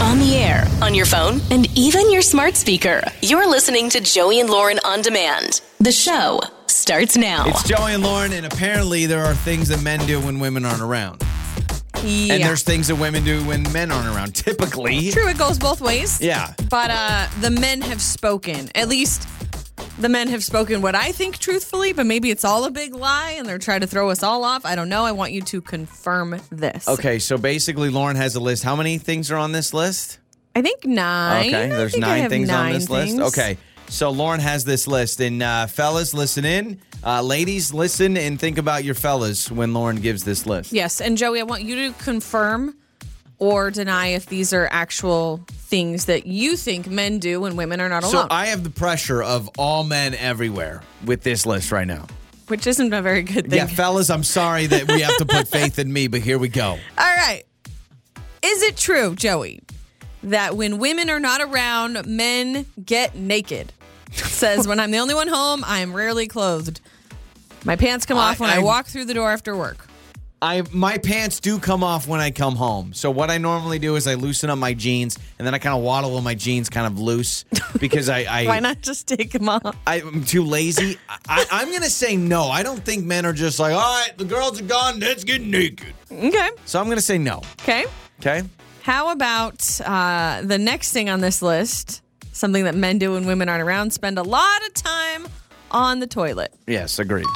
on the air, on your phone, and even your smart speaker. You're listening to Joey and Lauren on demand. The show starts now. It's Joey and Lauren, and apparently there are things that men do when women aren't around. Yeah. And there's things that women do when men aren't around, typically. True, it goes both ways. Yeah. But uh, the men have spoken. At least the men have spoken what I think truthfully, but maybe it's all a big lie and they're trying to throw us all off. I don't know. I want you to confirm this. Okay, so basically, Lauren has a list. How many things are on this list? I think nine. Okay, I there's think I nine have things on nine this things. list. Okay, so Lauren has this list, and uh, fellas, listen in. Uh, ladies, listen and think about your fellas when Lauren gives this list. Yes. And Joey, I want you to confirm or deny if these are actual things that you think men do when women are not So alone, I have the pressure of all men everywhere with this list right now. which isn't a very good thing. Yeah, fellas, I'm sorry that we have to put faith in me, but here we go. All right. Is it true, Joey, that when women are not around, men get naked? Says, when I'm the only one home, I am rarely clothed. My pants come off I- when I, I- walk through the door after work. I my pants do come off when I come home. So what I normally do is I loosen up my jeans and then I kind of waddle with my jeans kind of loose because I, I Why not just take them off? I, am too lazy. I, I, I'm gonna say no. I don't think men are just like all right. The girls are gone. Let's get naked. Okay. So I'm gonna say no. Okay. Okay. How about uh, the next thing on this list? Something that men do when women aren't around spend a lot of time on the toilet. Yes, agreed.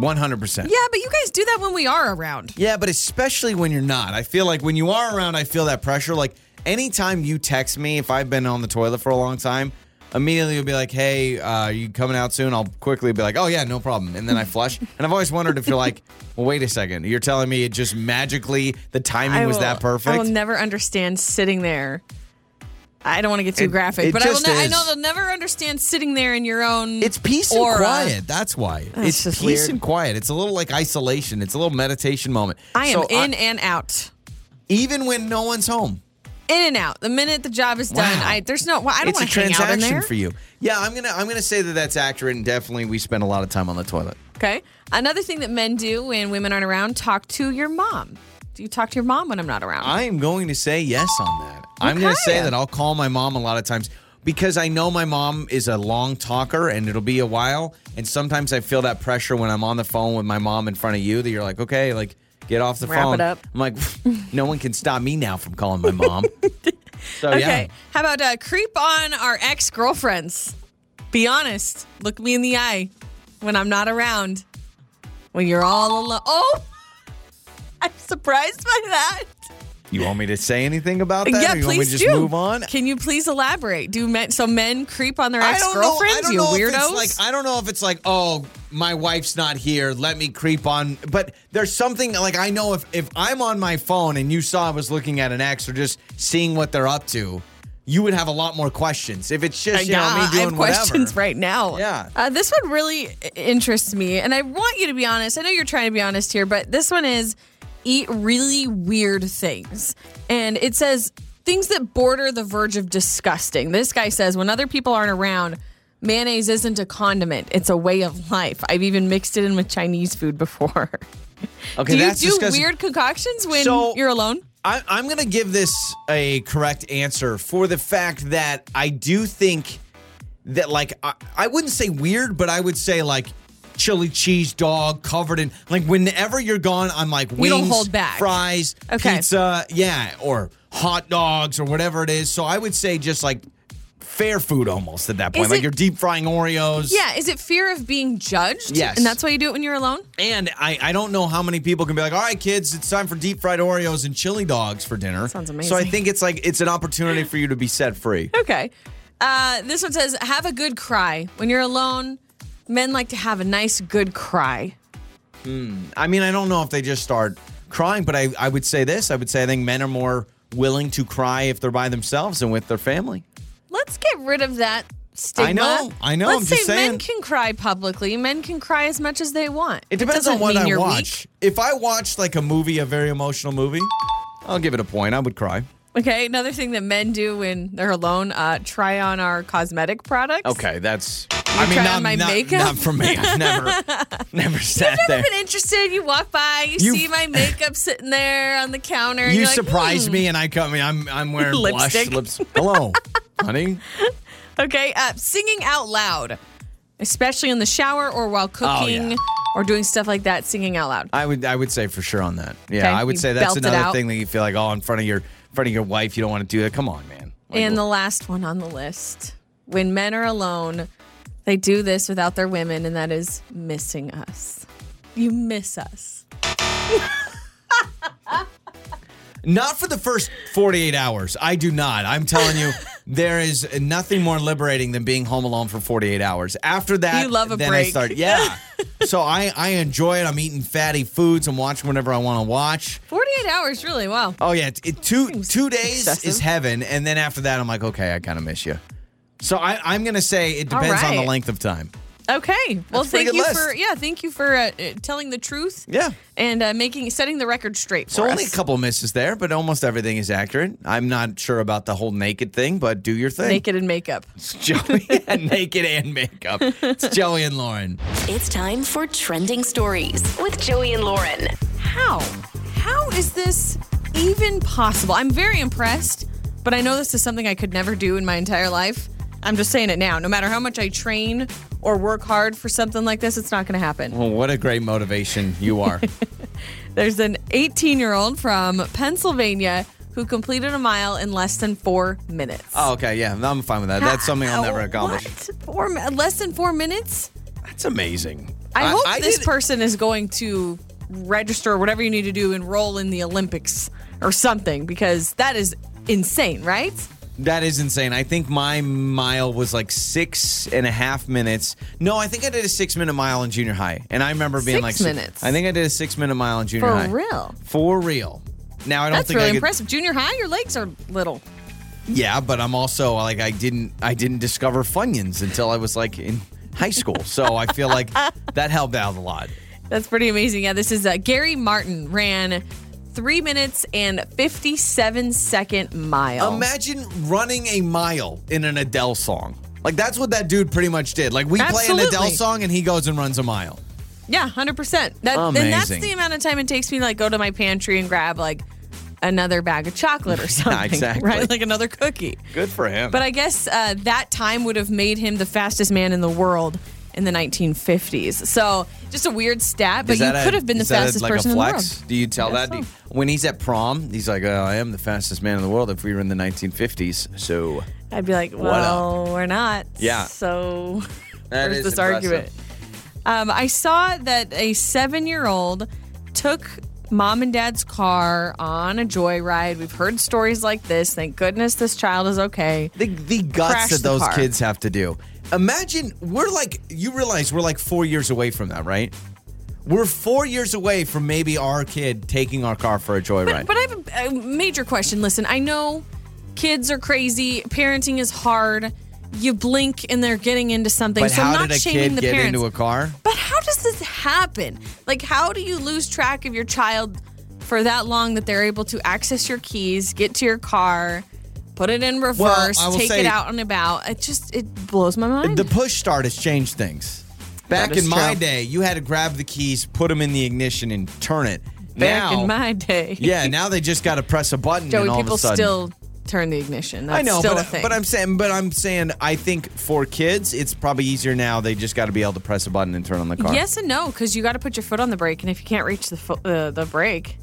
One hundred percent. Yeah, but you guys do that when we are around. Yeah, but especially when you're not. I feel like when you are around, I feel that pressure. Like anytime you text me, if I've been on the toilet for a long time, immediately you'll be like, "Hey, uh, are you coming out soon?" I'll quickly be like, "Oh yeah, no problem," and then I flush. and I've always wondered if you're like, "Well, wait a second, you're telling me it just magically the timing was that perfect?" I will never understand sitting there. I don't want to get too It- graphic, it but I will. just Ne- I is. know they'll never understand sitting there in your own. it's peace and aura. quiet. That's why. it's just peace weird. and quiet. It's a little like isolation. It's a little meditation moment. I am So in and out, even when no one's home. in and out. The minute the job is done, Wow. I there's no. Well, I don't it's a want to hang out in transaction there. for you. Yeah, I'm gonna I'm gonna say that that's accurate, and definitely we spend a lot of time on the toilet. Okay. Another thing that men do when women aren't around: talk to your mom. Do you talk to your mom when I'm not around? I am going to say yes on that. I'm gonna say that I'll call my mom a lot of times because I know my mom is a long talker, and it'll be a while. And sometimes I feel that pressure when I'm on the phone with my mom in front of you that you're like, okay, like get off the Wrap it phone. up. I'm like, no one can stop me now from calling my mom. so okay. yeah. How about uh, creep on our ex girlfriends? Be honest. Look me in the eye when I'm not around. When you're all alone. Oh, I'm surprised by that. You want me to say anything about that? yeah, or you want me please to just do. move on? Can you please elaborate? Do men so men creep on their I ex don't know- I girlfriends? don't You know if weirdos. it's like I don't know if it's like, oh, my wife's not here. Let me creep on. But there's something like I know if if I'm on my phone and you saw I was looking at an ex or just seeing what they're up to, you would have a lot more questions. If it's just you know Uh, Yeah, me doing I have questions whatever. right now. Yeah. Uh, this one really i- interests me, and I want you to be honest. I know you're trying to be honest here, but this one is eat really weird things. And it says things that border the verge of disgusting. This guy says when other people aren't around, mayonnaise isn't a condiment, it's a way of life. I've even mixed it in with Chinese food before. Okay, do you that's do disgusting. weird concoctions when So- you're alone? I, I'm going to give this a correct answer for the fact that I do think that, like, I, I wouldn't say weird, but I would say, like, chili cheese dog covered in, like, whenever you're gone, I'm like, wings, don't hold back. fries, Okay. pizza, yeah, or hot dogs or whatever it is. So I would say just like fair food almost at that point. Is like, it- you're deep frying Oreos. Yeah, is it fear of being judged? Yes. And that's why you do it when you're alone? And I, I don't know how many people can be like, all right, kids, it's time for deep fried Oreos and chili dogs for dinner. Sounds So I amazing. think it's like it's an opportunity for you to be set free. Okay. Uh, this one says, have a good cry. When you're alone, men like to have a nice, good cry. I mean, I don't know if they just start crying, but I, I would say this. I would say I think men are more willing to cry if they're by themselves and with their family. Let's get rid of that stigma. I know, I know, Let's I'm say just saying. men can cry publicly. Men can cry as much as they want. It depends Doesn't on what mean I you're watch. If I watch like a movie, a very emotional movie, I'll give it a point. I would cry. Weak. Okay. Another thing that men do when they're alone: uh, try on our cosmetic products. Okay, that's I mean, try not, on my not, makeup? not for me. I've never, never sat there. I've been interested. You walk by, you You- see my makeup sitting there on the counter. and You you're like, hmm. surprised me, and I come. I'm I'm wearing Lipstick. blush lips. Hello, honey. Okay, uh, singing out loud, especially in the shower or while cooking Oh, yeah. or doing stuff like that, singing out loud. I would I would say for sure on that. Yeah, Okay, I would you say that's belt it another out. thing that you feel like oh in front of your in front of your wife you don't want to do that. Come on, man. Like, and the last one on the list when men are alone, they do this without their women, and that is missing us. You miss us. Not for the first 48 hours. I do not. I'm telling you, there is nothing more liberating than being home alone for 48 hours. After that, You love a then I break. start. Yeah. so I, I enjoy it. I'm eating fatty foods. I'm watching whatever I want to watch. 48 hours, really? Wow. Oh, yeah. It, it- two two days excessive. is heaven. And then after that, I'm like, okay, I kind of miss you. So I, I'm going to say it All depends on the right. length of time. Okay. Well, That's a pretty thank good you list. for yeah, thank you for uh, uh, telling the truth. Yeah. And uh, making setting the record straight. So for only a us. couple misses there, but almost everything is accurate. I'm not sure about the whole naked thing, but do your thing. naked and makeup. It's Joey and naked and makeup. It's Joey and Lauren. It's time for Trending Stories with Joey and Lauren. How? How is this even possible? I'm very impressed, but I know this is something I could never do in my entire life. I'm just saying it now. No matter how much I train or work hard for something like this, it's not going to happen. Well, what a great motivation you are. There's an 18 year old from Pennsylvania who completed a mile in less than four minutes. oh, okay, yeah, I'm fine with that. That's something I'll How- never accomplish. What? Four, mi- less than four minutes? That's amazing. I, hope this did- person is going to register or whatever you need to do, enroll in the Olympics or something, because that is insane, right? That is insane. I think my mile was like six and a half minutes. No, I think I did a six minute mile in junior high, and I remember being Six like minutes. I think I did a six minute mile in junior For high. real? For real. Now I don't That's think really I could, impressive. Junior high, your legs are little. Yeah, but I'm also like I didn't I didn't discover Funyuns until I was like in high school, so I feel like that helped out a lot. That's pretty amazing. Yeah, this is uh, Gary Martin ran three minutes and 57 second mile. Imagine running a mile in an Adele song. Like that's what that dude pretty much did. Like we play an Adele Absolutely. song and he goes and runs a mile. yeah, 100%. That, and that's Amazing. the amount of time it takes me to like go to my pantry and grab like another bag of chocolate or something. exactly. Right? Like another cookie. Good for him. But I guess uh, that time would have made him the fastest man in the world in the 1950s. So just a weird stat, but you could have been the fastest person in the world. Do you tell Guess that Do you- so. when he's at prom? He's like, oh, "I am the fastest man in the world." If we were in the 1950s, so I'd be like, What up? well, we're not. Yeah. So That there's is this impressive. argument. Um, I saw that a seven year old took mom and dad's car on a joyride. We've heard stories like this. Thank goodness this child is okay. The, the guts Crash that the those car. kids have to do. Imagine we're like, you realize we're like four years away from that, right? We're four years away from maybe our kid taking our car for a joyride. But I have a, a major question. Listen, I know kids are crazy. Parenting is hard. You blink and they're getting into something. But so how I'm not did a shaming kid the get parents. into a car? but how does this happen? Like, how do you lose track of your child for that long that they're able to access your keys, get to your car, put it in reverse, I will take say- it out and about? It just it blows my mind. The push start has changed things. Back That is in my true. day, you had to grab the keys, put them in the ignition, and turn it. Back now, in my day, yeah, now they just got to press a button. Joey, and all people of a sudden, still turn the ignition. That's I know, still but, a thing. but I'm saying, but I'm saying, I think for kids, it's probably easier now. They just got to be able to press a button and turn on the car. Yes and no, because you got to put your foot on the brake, and if you can't reach the foot, uh, the brake,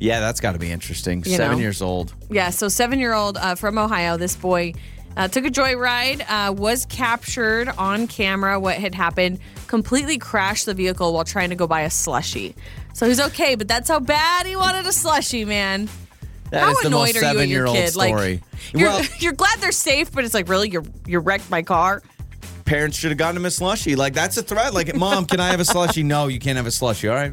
Yeah, that's got to be interesting. You Seven know. years old. yeah. So seven year old uh, from Ohio, this boy uh, took a joyride, uh, was captured on camera. What had happened? Completely crashed the vehicle while trying to go buy a slushie. So he's okay, but that's how bad he wanted a slushie, man. That how is the most annoyed are you and your seven-year-old kid? story. Like, you're, Well- you're glad they're safe, but it's like really, you you wrecked my car. Parents should have gotten him a slushy. Like that's a threat. Like, mom, can I have a slushy? No, you can't have a slushy. All right,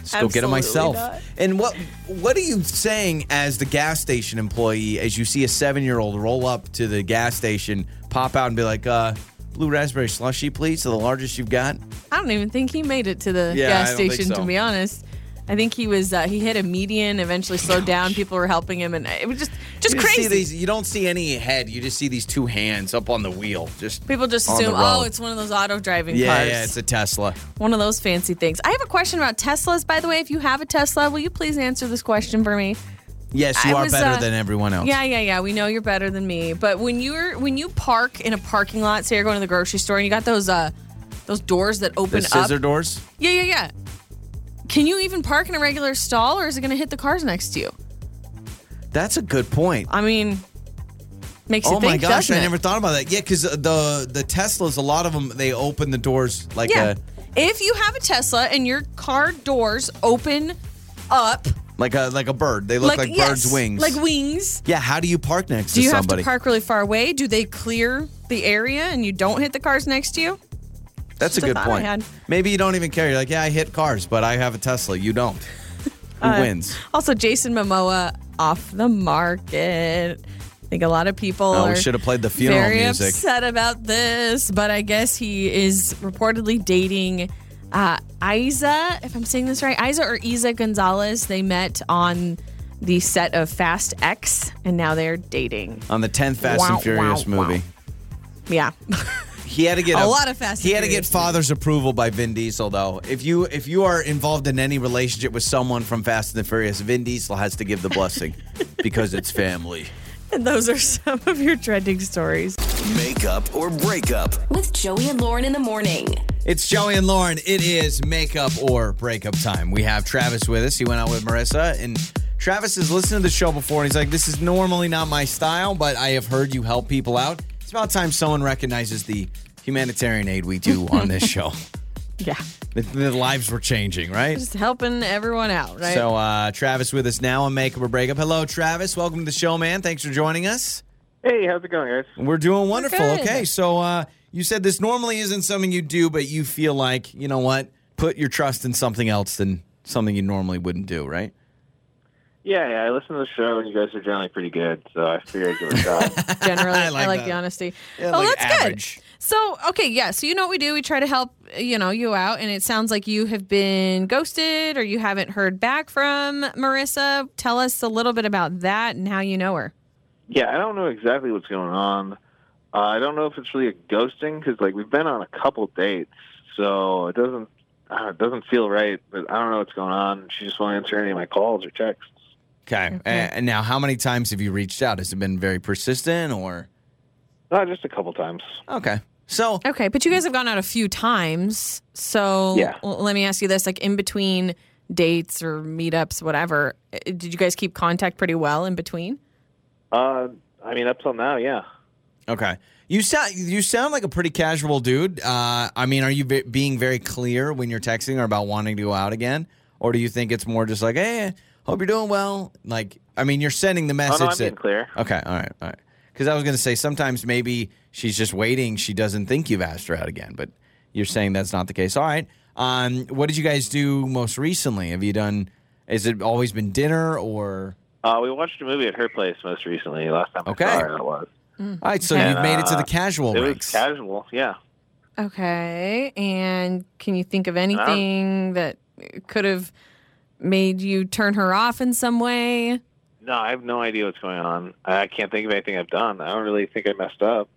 just go get it Absolutely myself. not. And what what are you saying as the gas station employee as you see a seven year old roll up to the gas station, pop out, and be like, uh, "Blue raspberry slushy, please, the largest you've got." I don't even think he made it to the Yeah, I gas don't think station. so. To be honest, I think he was uh, he hit a median, eventually slowed down. People were helping him, and it was just Just you just crazy. See these, you don't see any head. You just see these two hands up on the wheel. Just People just on the assume, road. oh, it's one of those auto driving yeah, cars. yeah, it's a Tesla. one of those fancy things. I have a question about Teslas, by the way. If you have a Tesla, will you please answer this question for me? Yes, you I are was, better uh, than everyone else. Yeah, yeah, yeah. We know you're better than me, but when you're when you park in a parking lot, say you're going to the grocery store, and you got those uh those doors that the open up. scissor doors. Yeah, yeah, yeah. Can you even park in a regular stall, or is it going to hit the cars next to you? That's a good point. I mean, makes you Oh my think, gosh, doesn't I it? never thought about that. Yeah, because the the Teslas, a lot of them, they open the doors like yeah. a If you have a Tesla and your car doors open up, like a like a bird. They look like, birds' yes, wings. like wings. yeah, how do you park next Do to you have somebody? to park really far away? Do they clear the area and you don't hit the cars next to you? That's a just a good thought I had. point. Maybe you don't even care. You're like, yeah, I hit cars, but I have a Tesla. You don't. Who Uh, wins? Also, Jason Momoa off the market. I think a lot of people Oh, we are should have played the funeral very music. upset about this, but I guess he is reportedly dating uh, Isa, if I'm saying this right, Isa or Isa Gonzalez. They met on the set of Fast X, and now they're dating. On the 10th Fast Wow, wow, and Furious wow. movie. Yeah. He had to get A lot of Fast He and had to get Furious father's approval by Vin Diesel, though. If you if you are involved in any relationship with someone from Fast and the Furious, Vin Diesel has to give the blessing because it's family. and those are some of your trending stories. Makeup or breakup. With Joey and Lauren in the morning. It's Joey and Lauren. It is makeup or breakup time. We have Travis with us. He went out with Marissa, and Travis has listened to the show before, and he's like, "This is normally not my style, but I have heard you help people out. It's about time someone recognizes the humanitarian aid we do on this show. Yeah. The, the lives were changing, right? Just helping everyone out, right? So uh, Travis with us now on Makeup or Breakup. Hello, Travis. Welcome to the show, man. Thanks for joining us. Hey, how's it going, guys? We're doing wonderful. good. okay, so uh, you said this normally isn't something you do, but you feel like you know what? Put your trust in something else than something you normally wouldn't do, right? Yeah, yeah, I listen to the show, and you guys are generally pretty good, so I figured I'd give it a shot. generally. I like, like the that. honesty. Yeah, oh, like that's average. good. So, okay, yeah. So you know what we do? We try to help, uh, you know, you out, and it sounds like you have been ghosted or you haven't heard back from Marissa. Tell us a little bit about that and how you know her. yeah, I don't know exactly what's going on. Uh, I don't know if it's really a ghosting because, like, we've been on a couple dates, so it doesn't uh, it doesn't feel right. But I don't know what's going on. She just won't answer any of my calls or texts. Okay. A- And now, how many times have you reached out? Has it been very persistent, or Not just a couple times. okay? So Okay, but you guys have gone out a few times. So Yeah. l- let me ask you this like in between dates or meetups, whatever, uh, did you guys keep contact pretty well in between? Uh, I mean, up till now, yeah. okay, you sound you sound like a pretty casual dude. Uh, I mean, are you be- being very clear when you're texting her about wanting to go out again, or do you think it's more just like, hey, hope you're doing well? Like, I mean, you're sending the Oh message no, I'm that being clear. Okay, all right, all right. Because I was going to say sometimes maybe she's just waiting. She doesn't think you've asked her out again, but you're saying that's not the case. All right. Um, what did you guys do most recently? Have you done? Has it always been dinner or? Uh, we watched a movie at her place most recently. Last time Okay. I saw her, it was. Hmm. All right, so Okay. you've made it to the Uh, casual it was ranks. casual, yeah. Okay. And can you think of anything that could have made you turn her off in some way? No, I have no idea what's going on. I can't think of anything I've done. I don't really think I messed up.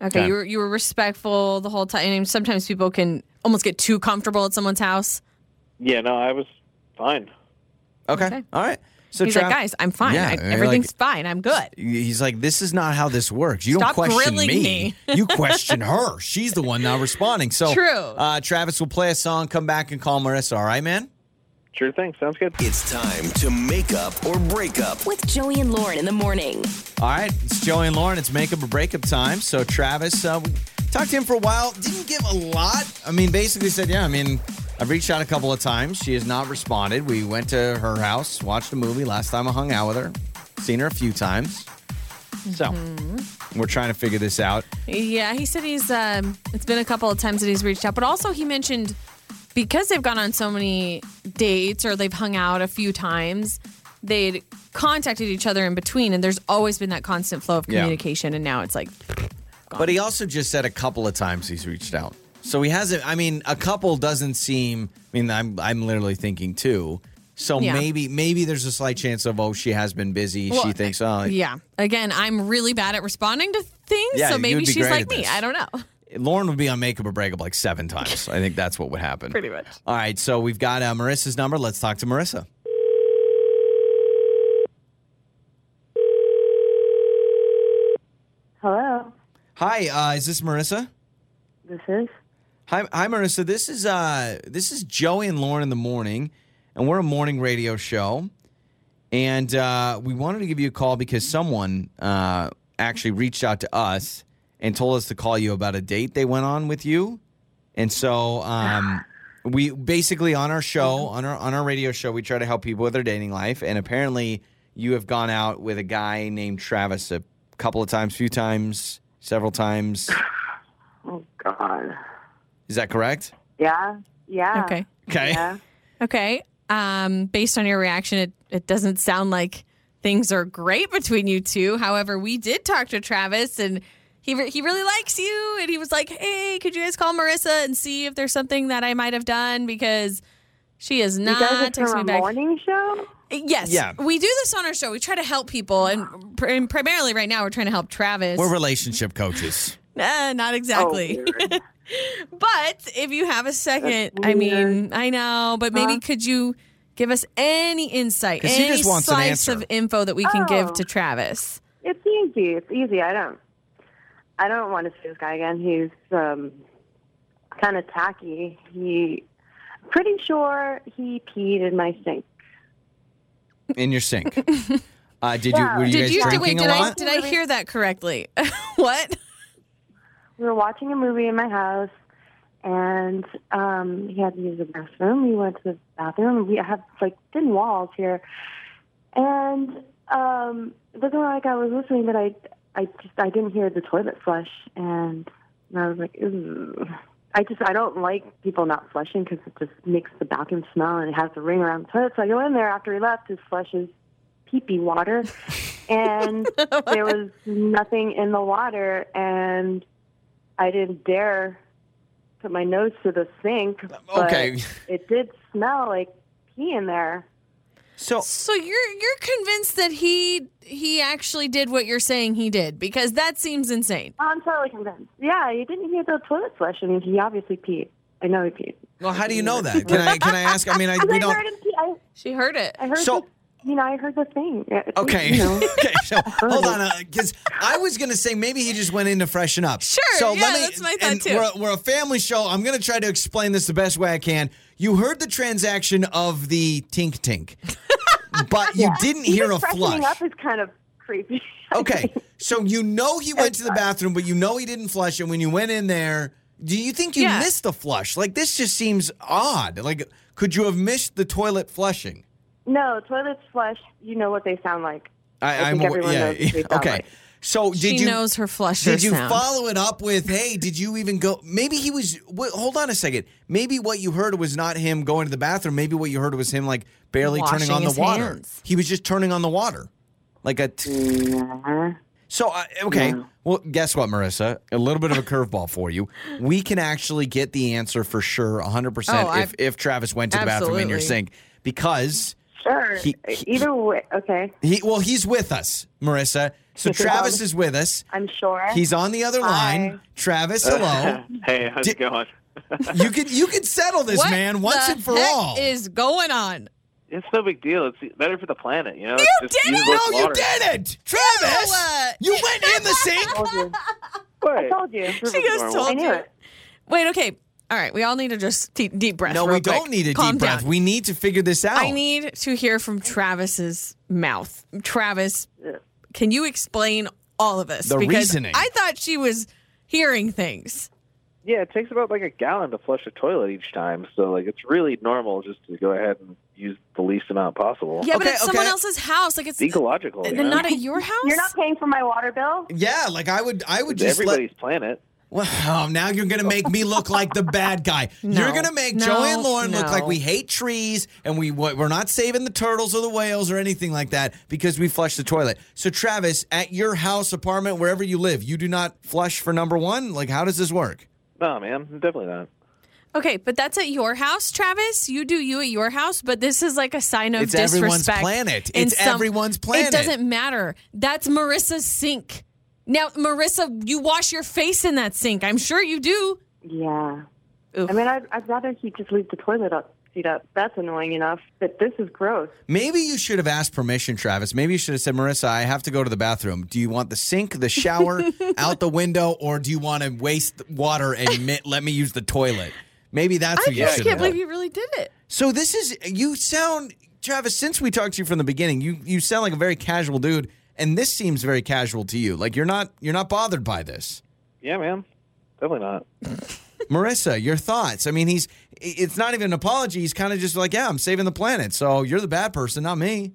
Okay, Okay. you were you were respectful the whole time. And sometimes people can almost get too comfortable at someone's house. Yeah, no, I was fine. okay. Okay. all right. So He's Trav- like, guys, I'm fine. Yeah, I- you're like- everything's fine. I'm good. He's like, this is not how this works. You don't Stop question grilling me. you question her. She's the one not responding. So True. Uh, Travis will play a song, come back and call Marissa. All right, man. Sure thing. Sounds good. It's time to make up or break up. With Joey and Lauren in the morning. All right, it's Joey and Lauren. It's makeup or breakup time. So Travis, uh, we talked to him for a while. Didn't give a lot. I mean, basically said, yeah. I mean, I've reached out a couple of times. She has not responded. We went to her house, watched a movie. Last time I hung out with her, seen her a few times. So we're trying to figure this out. Yeah, he said he's. Um, it's been a couple of times that he's reached out, but also he mentioned because they've gone on so many dates or they've hung out a few times, they'd contacted each other in between, and there's always been that constant flow of Yeah. communication. And now it's like, But he also just said a couple of times he's reached out. So he hasn't. I mean, a couple doesn't seem. I mean, I'm I'm literally thinking two. So Yeah. maybe maybe there's a slight chance of oh she has been busy. she Well, thinks oh Yeah. Again, I'm really bad at responding to things, Yeah, so you maybe would be she's great like at me. this. I don't know. Lauren would be on makeup or breakup like seven times. I think that's what would happen. Pretty much. All right, so we've got uh, Marissa's number. Let's talk to Marissa. Hello, Hi, uh, is this Marissa? this is. Hi, hi, Marissa. This is uh, this is Joey and Lauren in the morning, and we're a morning radio show, and uh, we wanted to give you a call because someone uh, actually reached out to us and told us to call you about a date they went on with you, and so um, we basically on our show on our on our radio show we try to help people with their dating life, and apparently you have gone out with a guy named Travis a couple of times, few times, several times. Oh God. Is that correct? Yeah. Yeah. Okay. Okay. Yeah. Okay. Um, based on your reaction, it, it doesn't sound like things are great between you two. However, we did talk to Travis and he, re- he really likes you. And he was like, hey, could you guys call Marissa and see if there's something that I might have done? Because she is You guys are not from texting me a back. morning show. Yes. Yeah. We do this on our show. We try to help people. And, pr- and primarily right now, we're trying to help Travis. We're relationship coaches. Uh, not Oh, exactly. weird. But if you have a second, That's I mean, weird. I know, but maybe Huh? could you give us any insight, 'Cause he any just wants an slice answer. of info that we can give Oh. to Travis? it's easy. It's easy. I don't. I don't want to see this guy again. He's um, kind of tacky. He. Pretty sure he peed in my sink. in your sink. Uh, did Yeah. you were you Did guys you- drinking wait? a Did I lot? did I hear that correctly? what? We were watching a movie in my house, and um, he had to use the bathroom. We went to the bathroom. We have like thin walls here, and um, it wasn't like I was listening, but I, I just I didn't hear the toilet flush, and I was like, Ooh. I just I don't like people not flushing because it just makes the bathroom smell, and it has the ring around the toilet. So I go in there after he left. His flush is pee pee water, and there was nothing in the water, and I didn't dare put my nose to the sink. but Okay. It did smell like pee in there. So So you're you're convinced that he he actually did what you're saying he did because that seems insane. Oh, I'm totally convinced. Yeah, you didn't hear the toilet flush, and he obviously peed. I know he peed. well, how do you know that? Can I can I ask? I mean, I, 'Cause we I heard don't. him pee. I, She heard it. I heard So- the, you know, I heard the thing. It- Okay. You know, okay. So hold on, because I was gonna say maybe he just went in to freshen up. Sure, So yeah, let me. that's my thought and too. We're, we're a family show. I'm gonna try to explain this the best way I can. You heard the transaction of the tink tink, but you didn't hear Even a freshening flush. up is kind of creepy. Okay, so you know he went to the bathroom, but you know he didn't flush. And when you went in there, do you think you Yeah. missed the flush? Like this just seems odd. Like could you have missed the toilet flushing? no, toilets flush. You know what they sound like. I think awa- everyone knows what they sound okay. like. So did she you knows her flusher did you sound. follow it up with hey? Did you even go? Maybe he was. Wait, hold on a second. Maybe what you heard was not him going to the bathroom. Maybe what you heard was him like barely turning Washing on the his water. hands. He was just turning on the water, like a. T- Yeah. So, uh, okay. Well, guess what, Marissa? A little bit of a curveball for you. We can actually get the answer for sure 100% Oh, I- if, if Travis went to the bathroom in your Absolutely. sink because Sure. Uh, He- he- Either way, okay. he, well, he's with us, Marissa. So, Travis is with us. I'm sure. He's on the other line. Travis, hello. hey, how's it Di- going? you can you can settle this, What man, once the and for heck all. is going on? It's no big deal. It's better for the planet, you know. You It's just did it! usable no, you water. didn't, Travis. No, uh, you went in the sink. told you. I Wait. told you. She just I told knew you. it. Wait, okay. All right, we all need to just te- deep breath. No, real we don't quick. need a Calm deep breath. down. We need to figure this out. I need to hear from Travis's mouth. Travis, can you explain all of this? The because reasoning. I thought she was hearing things. Yeah, it takes about like a gallon to flush a toilet each time, so like it's really normal just to go ahead and use the least amount possible. Yeah, but Okay, it's someone okay. else's house. Like it's It's ecological. uh, you know? not at your house. You're not paying for my water bill. yeah, like I would I would It's just let everybody's planet. Wow, oh, now you're going to make me look like the bad guy. You're going to make No, Joey and Lauren look no. like we hate trees and we we're not saving the turtles or the whales or anything like that because we flush the toilet. So Travis, at your house, apartment, wherever you live, you do not flush for number 1? Like how does this work? No, man, definitely not. Okay, but that's at your house, Travis. You do you at your house, but this is like a sign of It's everyone's disrespect. planet. in It's everyone's It planet. doesn't matter. That's Marissa's sink. Now, Marissa, you wash your face in that sink. I'm sure you do. Yeah. Oof. I mean, I'd, I'd rather he just leave the toilet up, seat up. That's annoying enough, but this is gross. Maybe you should have asked permission, Travis. Maybe you should have said, Marissa, I have to go to the bathroom. Do you want the sink, the shower, out the window, or do you want to waste water and mi- let me use the toilet? Maybe that's what you I should can't have believe done. you really did it. So this is you sound Travis, since we talked to you from the beginning, you you sound like a very casual dude, and this seems very casual to you. Like you're not you're not bothered by this. Yeah, man. Definitely not. Marissa, your thoughts. I mean, he's it's not even an apology. He's kind of just like, yeah, I'm saving the planet. So you're the bad person, not me.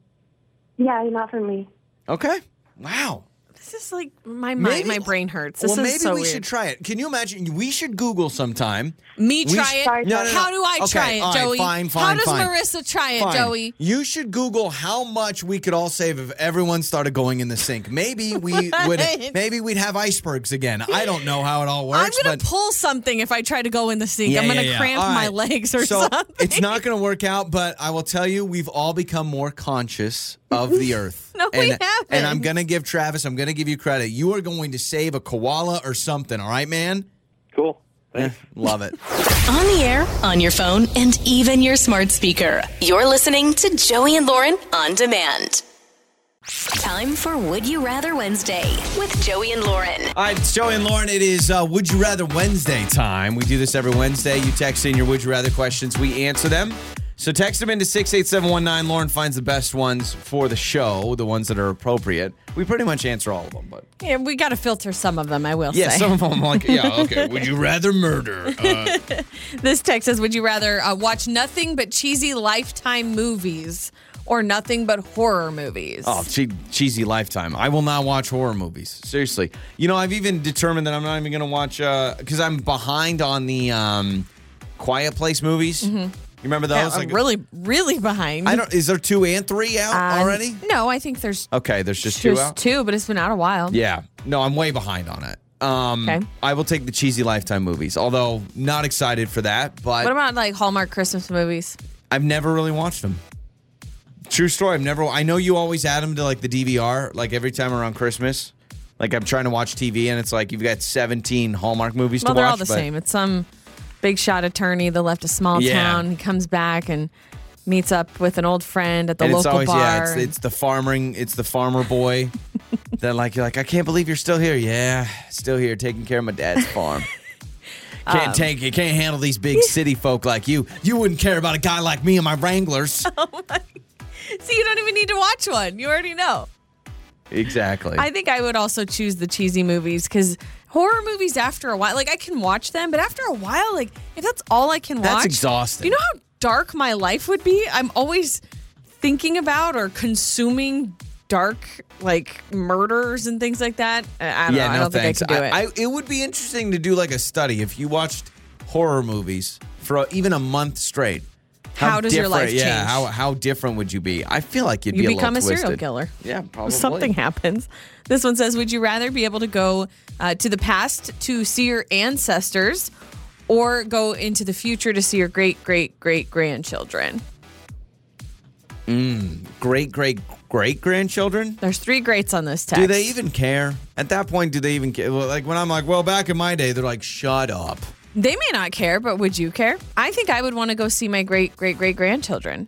Yeah, not for me. Okay. Wow. This is like my mind, Maybe- my brain hurts. This well, is maybe so we weird. should try it. Can you imagine? We should Google sometime. Me we try should- it. Sorry, No, no, no. How do I Okay, try it, all right, Joey? fine, How fine, does fine. Marissa try it, Fine. Joey? You should Google how much we could all save if everyone started going in the sink. Maybe we would. What? Maybe we'd have icebergs again. I don't know how it all I'm works, gonna but pull something if I try to go in the sink. Yeah, I'm gonna yeah, yeah. cramp All my right. legs or so something. it's not going to work out. But I will tell you, we've all become more conscious of the earth. No, and, we haven't. And I'm going to give Travis. I'm going to give you credit. You are going to save a koala or something. All right, man. Cool. Love it. On the air, on your phone, and even your smart speaker. You're listening to Joey and Lauren on demand. Time for Would You Rather Wednesday with Joey and Lauren. All right, it's Joey and Lauren. It is uh, Would You Rather Wednesday time. We do this every Wednesday. You text in your Would You Rather questions, we answer them. So text them into 68719. Lauren finds the best ones for the show, the ones that are appropriate. We pretty much answer all of them, but Yeah, we got to filter some of them, I will yeah, say. some of them I'm like, yeah, okay. Would you rather murder? Uh, this text says Would you rather uh, watch nothing but cheesy lifetime movies or nothing but horror movies? oh, che- cheesy lifetime. I will not watch horror movies. Seriously. You know, I've even determined that I'm not even going to watch, because I'm behind on the um, Quiet Place movies. You remember those? Mm-hmm. Yeah, I'm Like- really, really behind. I don't. Is there two and three out Um, already? No, I think there's Okay, there's just two just out. two, but it's been out a while. Yeah. No, I'm way behind on it. Um, Okay. I will take the cheesy Lifetime movies, although not excited for that. But What about like Hallmark Christmas movies? I've never really watched them. True story. I've never. I know you always add them to like the DVR, like every time around Christmas. Like I'm trying to watch TV, and it's like you've got 17 Hallmark movies Well, to watch. they're all the but- same. It's some big shot attorney that left a small Yeah. town. He comes back and meets up with an old friend at the and local it's always bar. yeah, and- it's, it's the farming, it's the farmer boy. that like you're like, I can't believe you're still here. Yeah, still here, taking care of my dad's farm. Can't Um, take it. Can't handle these big city folk like you. You wouldn't care about a guy like me and my Wranglers. Oh. See, you don't even need to watch one. You already know. exactly. I think I would also choose the cheesy movies because horror movies, after a while, like I can watch them, but after a while, like if that's all I can watch, That's exhausting. You know how dark my life would be? I'm always thinking about or consuming dark, like murders and things like that. I I don't yeah, no know. I don't thanks. think I could do it. I, it would be interesting to do like a study if you watched horror movies for even a month straight. How does your life different- yeah, change? How how different would you be? I feel like you'd you be become a, little serial twisted. killer. Yeah, probably Something happens. This one says, "Would you rather be able to go uh, to the past to see your ancestors, or go into the future to see your great great great grandchildren?" Great great great grandchildren. There's three greats on this text. Do they even care? At that point, do they even care? Well, Like when I'm like, well, back in my day, they're like, shut up. They may not care, but would you care? I think I would want to go see my great great great grandchildren.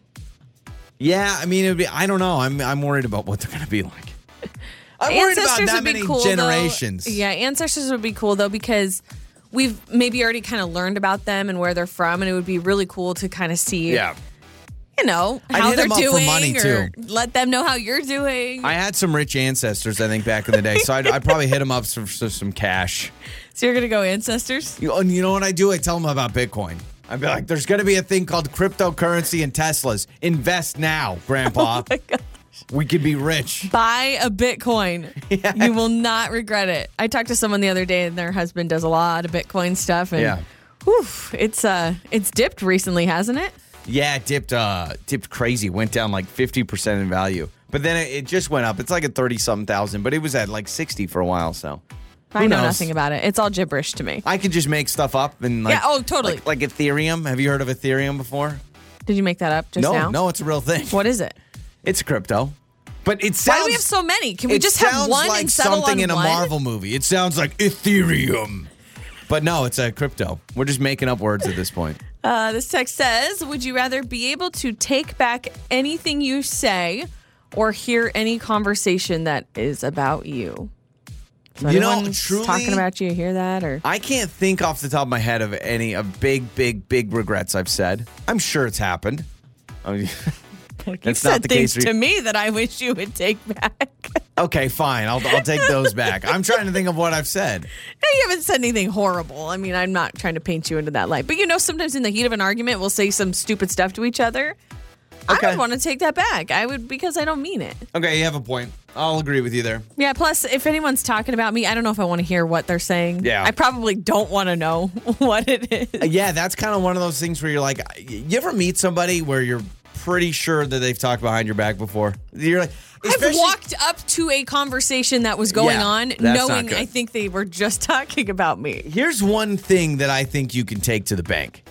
Yeah, I mean, it'd be. I don't know. I'm I'm worried about what they're gonna be like. I'm worried about ancestors that would be many cool, though. generations. Yeah, ancestors would be cool though because we've maybe already kind of learned about them and where they're from, and it would be really cool to kind of see. yeah. you know I'd how hit they're them up for doing, money, too. or let them know how you're doing. I had some rich ancestors, I think, back in the day. So I'd, I'd probably hit them up for, for some cash. so you're gonna go ancestors. You, and you know what I do? I tell them about Bitcoin. I'd be like, there's going to be a thing called cryptocurrency and Teslas. Invest now, Oh Grandpa. we could be rich. Buy a Bitcoin. You will not regret it. I talked to someone the other day, and their husband does a lot of Bitcoin stuff, and Yeah. whew, it's uh, it's dipped recently, hasn't it? Yeah, it dipped uh dipped crazy, went down like 50% in value. But then it, it just went up. It's like a 30 something thousand, but it was at like 60 for a while, so I know knows? nothing about it. It's all gibberish to me. I could just make stuff up and like Yeah, oh, totally. like, like Ethereum. Have you heard of Ethereum before? Did you make that up just no, now? no, it's a real thing. What is it? It's crypto, but it Why sounds. do we have so many? Can we it just have sounds one like and settle something on in a one? Marvel movie. It sounds like Ethereum, but no, it's a crypto. We're just making up words at this point. Uh, this text says, "Would you rather be able to take back anything you say, or hear any conversation that is about you?" So You know, anyone's truly- talking about you, hear that or I can't think off the top of my head of any of big, big, big regrets I've said. I'm sure it's happened. I mean, that's you not said the things case. to me that I wish you would take back. Okay, fine. I'll, I'll take those back. I'm trying to think of what I've said. you haven't said anything horrible. I mean, I'm not trying to paint you into that light, but you know, sometimes in the heat of an argument, we'll say some stupid stuff to each other. I Okay. would want to take that back. I would because I don't mean it. Okay, you have a point. I'll agree with you there. Yeah. Plus, if anyone's talking about me, I don't know if I want to hear what they're saying. Yeah. I probably don't want to know what it is. Yeah, that's kind of one of those things where you're like, you ever meet somebody where you're pretty sure that they've talked behind your back before? You're like, I've especially- walked up to a conversation that was going Yeah, on, that's not knowing good. I think they were just talking about me. Here's one thing that I think you can take to the bank.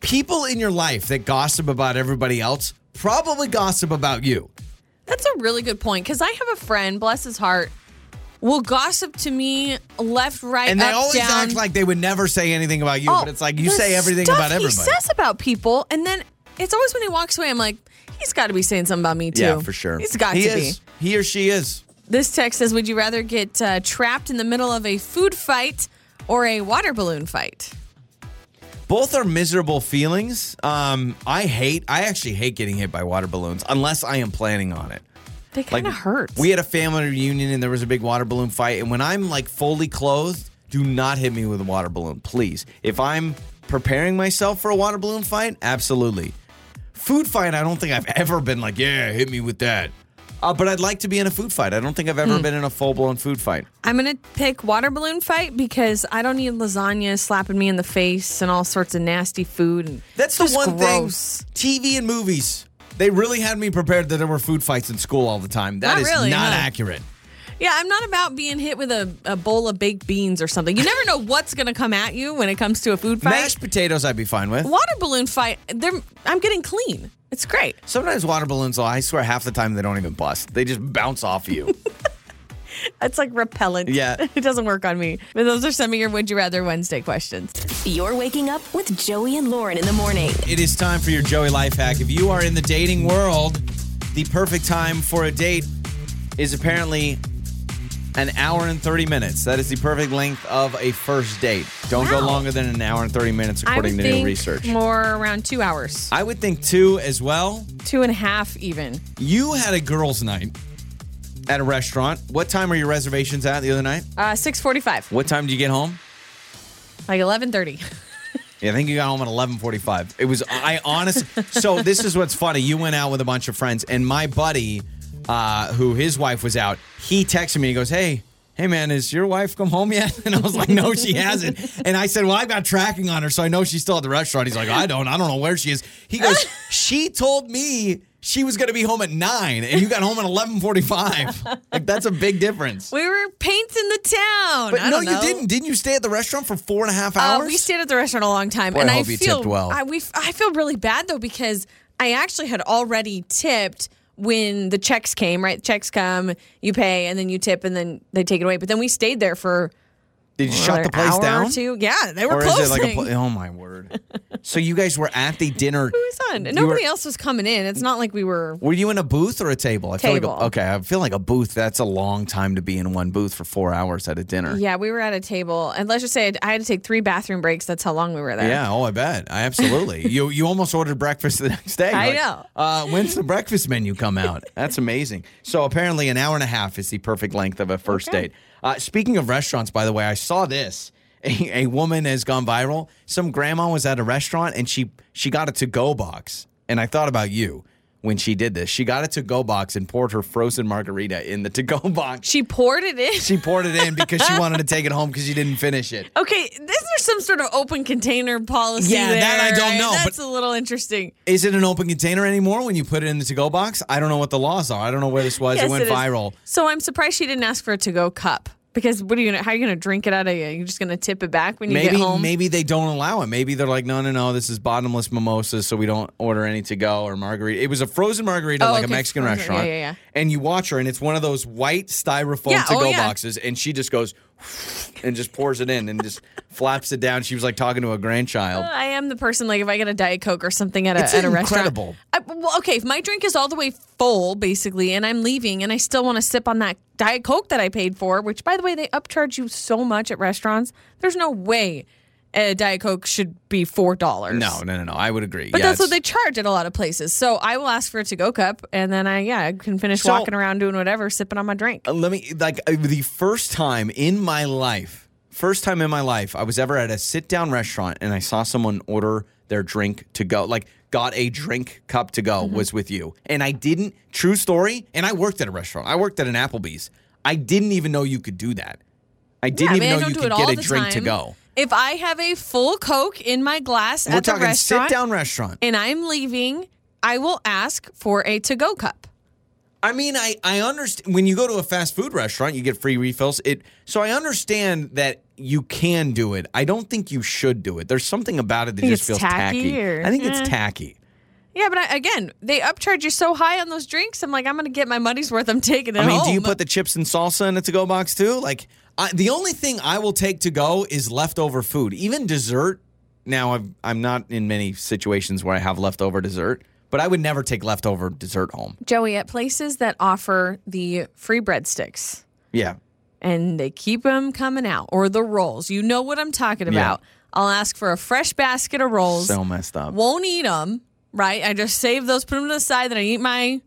People in your life that gossip about everybody else probably gossip about you. That's a really good point because I have a friend, bless his heart, will gossip to me left, right, And they up, always down. Oh, act like they would never say anything about you, but it's like you the say everything stuff about everybody. He says about people, and then it's always when he walks away. I'm like, he's got to be saying something about me too. yeah, for sure. He's got he to is. be. He or she is. This text says, "Would you rather get uh, trapped in the middle of a food fight or a water balloon fight?" Both are miserable feelings. Um, I hate. I actually hate getting hit by water balloons unless I am planning on it. They kind of hurt. We had a family reunion and there was a big water balloon fight. And when I'm like fully clothed, do not hit me with a water balloon, please. If I'm preparing myself for a water balloon fight, absolutely. Food fight, I don't think I've ever been like, yeah, hit me with that. Uh, but I'd like to be in a food fight. I don't think I've Hmm. ever been in a full blown food fight. I'm gonna pick water balloon fight because I don't need lasagna slapping me in the face and all sorts of nasty food. And That's the just one gross. thing. TV and movies. They really had me prepared that there were food fights in school all the time. That Not is really, not huh? accurate. Yeah, I'm not about being hit with a, a bowl of baked beans or something. You never know what's gonna come at you when it comes to a food fight. Mashed potatoes, I'd be fine with. water balloon fight. They're, I'm getting clean. It's great. Sometimes water balloons, I swear, half the time they don't even bust. They just bounce off you. It's like repellent. Yeah. it doesn't work on me. But those are some of your Would You Rather Wednesday questions. You're waking up with Joey and Lauren in the morning. it is time for your Joey life hack. If you are in the dating world, the perfect time for a date is apparently an hour and 30 minutes. That is the perfect length of a first date. Don't go Wow. longer than an hour and 30 minutes, according I to would think new research. more around two hours, I would think two as well. two and a half even. You had a girls' night at a restaurant. What time were your reservations at the other night? Uh, six forty-five, What time did you get home? like eleven thirty. Yeah, I think you got home at eleven forty-five. It was I honestly. so this is what's funny. You went out with a bunch of friends, and my buddy, uh, who his wife was out, he texted me. He goes, "Hey, hey, man, is your wife come home yet?" And I was like, "No, she hasn't." And I said, "Well, I've got tracking on her, so I know she's still at the restaurant." He's like, "I don't. I don't know where she is." He goes, "She told me." She was going to be home at nine, and you got home at eleven forty-five. Like that's a big difference. We were painting the town. but I no, don't you know. didn't. Didn't you stay at the restaurant for four and a half Uh, hours? we stayed at the restaurant a long time, Boy, and I I hope you feel tipped well. I, we, I feel really bad though because I actually had already tipped when the checks came. Right, checks come, you pay, and then you tip, and then they take it away. But then we stayed there for Did you shut another the place hour down? Or two. Yeah, they were or closing. is it like a pl- oh my word? so you guys were at the dinner. It was on. You Nobody were, else was coming in. It's not like we were. Were you in a booth or a table? I Feel like Table. a, okay, I feel like a booth. That's a long time to be in one booth for four hours at a dinner. Yeah, we were at a table, and let's just say I had to take three bathroom breaks. That's how long we were there. Yeah, oh, I bet. I absolutely. you you almost ordered breakfast the next day. I Like, know. Uh, when's the breakfast menu come out? That's amazing. So apparently, an hour and a half is the perfect length of a first date. Uh, speaking of restaurants, by the way, I saw this. A, a woman has gone viral. Some grandma was at a restaurant and she she got a to go box. And I thought about you when she did this. She got a to go box and poured her frozen margarita in the to go box. She poured it in. She poured it in because she wanted to take it home because she didn't finish it. Okay, is there some sort of open container policy? Yeah, that I there, don't right? know, but- That's a little interesting. Is it an open container anymore when you put it in the to-go box? I don't know what the laws are. I don't know where this was. it Yes, went is. viral. So I'm surprised she didn't ask for a to-go cup. Because what are you gonna? How are you gonna drink it out of you? You're just gonna tip it back when you Maybe get home. maybe they don't allow it. Maybe they're like, no, no, no, this is bottomless mimosas, so we don't order any to go or margarita. It was a frozen margarita, Oh, like a okay, Mexican frozen. restaurant. Yeah, yeah, yeah. And you watch her, and it's one of those white styrofoam Yeah, to go oh, yeah. boxes, and she just goes and just pours it in and just flaps it down. She was like talking to a grandchild. I am the person like if I get a diet coke or something at a It's at a incredible. restaurant. I, well, okay, if my drink is all the way full basically, and I'm leaving, and I still want to sip on that diet coke that I paid for, which by the way they upcharge you so much at restaurants. There's no way a diet coke should be four dollars. No, no, no, no. I would agree. But Yeah, that's what it's- they charge at a lot of places. So I will ask for a to-go cup, and then I yeah I can finish So- walking around doing whatever, sipping on my drink. Uh, let me like uh, the first time in my life first time in my life i was ever at a sit down restaurant and i saw someone order their drink to go like got a drink cup to go Mm-hmm. was with you and i didn't true story and i worked at a restaurant i worked at an applebee's i didn't even know you could do that i Yeah, didn't I mean, I even know don't you do could it all get a the drink to time. go If I have a full Coke in my glass we're at the talking sit restaurant down restaurant and I'm leaving, I will ask for a to go cup. I mean, I I understand when you go to a fast food restaurant, you get free refills. It so I understand that you can do it. I don't think you should do it. There's something about it that Think just it's feels tacky tacky. or- I think it's eh. tacky. Yeah, but I, again, they upcharge you so high on those drinks. I'm like, I'm going to get my money's worth. I'm taking I it mean, home. do you put the chips and salsa in a to-go box too? Like, I, the only thing I will take to go is leftover food, even dessert. Now, I've, I'm not in many situations where I have leftover dessert, but I would never take leftover dessert home. Joey at places that offer the free breadsticks. Yeah, and they keep them coming out or the rolls. You know what I'm talking about. I'll ask for a fresh basket of rolls. so messed up. Won't eat them, right? I just save those, put them to the side, then I eat my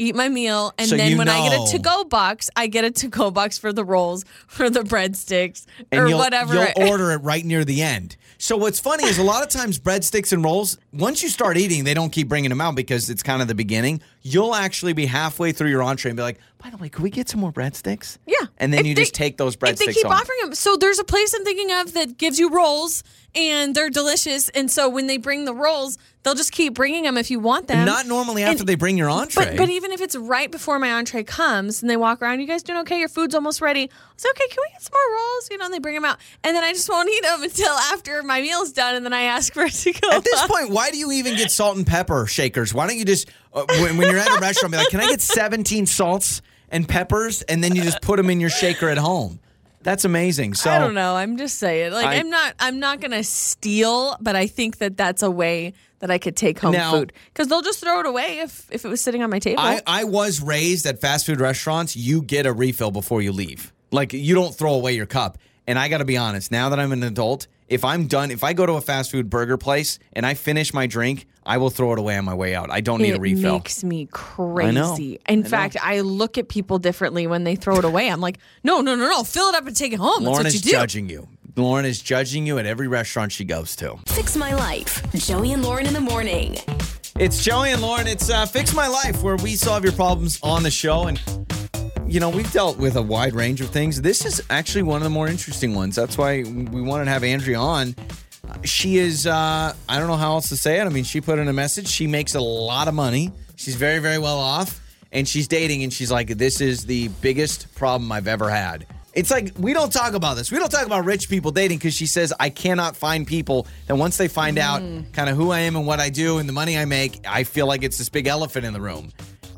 eat my meal, and So then you when I get know. a to-go box, I get a to-go box for the rolls, for the breadsticks, and or you'll, whatever. You'll I- order it right near the end. So what's funny is a lot of times breadsticks and rolls, once you start eating, they don't keep bringing them out because it's kind of the beginning. You'll actually be halfway through your entree and be like, "By the way, could we get some more breadsticks?" Yeah. And then If you they- just take those breadsticks. If they keep home. offering them. So there's a place I'm thinking of that gives you rolls and they're delicious. And so when they bring the rolls, they'll just keep bringing them if you want them. Not normally after And- they bring your entree. But, but even if it's right before my entree comes and they walk around, you guys doing okay? Your food's almost ready. I say, okay, can we get some more rolls? You know, and they bring them out. And then I just won't eat them until after my meal's done. And then I ask for it to go. at this point, why do you even get salt and pepper shakers? Why don't you just, uh, when, when you're at a restaurant, be like, can I get 17 salts and peppers? And then you just put them in your shaker at home. That's amazing. So I don't know. I'm just saying. Like I- I'm not. I'm not gonna steal, but I think that that's a way that I could take home Now- food because they'll just throw it away if if it was sitting on my table. I, I was raised at fast food restaurants, you get a refill before you leave. Like you don't throw away your cup. And I got to be honest, now that I'm an adult, if I'm done, if I go to a fast food burger place and I finish my drink, I will throw it away on my way out. I don't need it a refill. makes me know. crazy. In fact, I look at people differently when they throw it away. I'm like, no, no, no, no. Fill it up and take it home. Lauren that's is what you do. judging you. Lauren is judging you at every restaurant she goes to. Fix My Life. Joey and Lauren in the morning. It's Joey and Lauren. It's uh, Fix My Life, where we solve your problems on the show. And, you know, we've dealt with a wide range of things. This is actually one of the more interesting ones. That's why we wanted to have Andrea on. She is, uh, I don't know how else to say it. I mean, she put in a message. She makes a lot of money, she's very, very well off, and she's dating. And she's like, this is the biggest problem I've ever had. It's like we don't talk about this. We don't talk about rich people dating because she says I cannot find people that once they find out kind of who I am and what I do and the money I make, I feel like it's this big elephant in the room,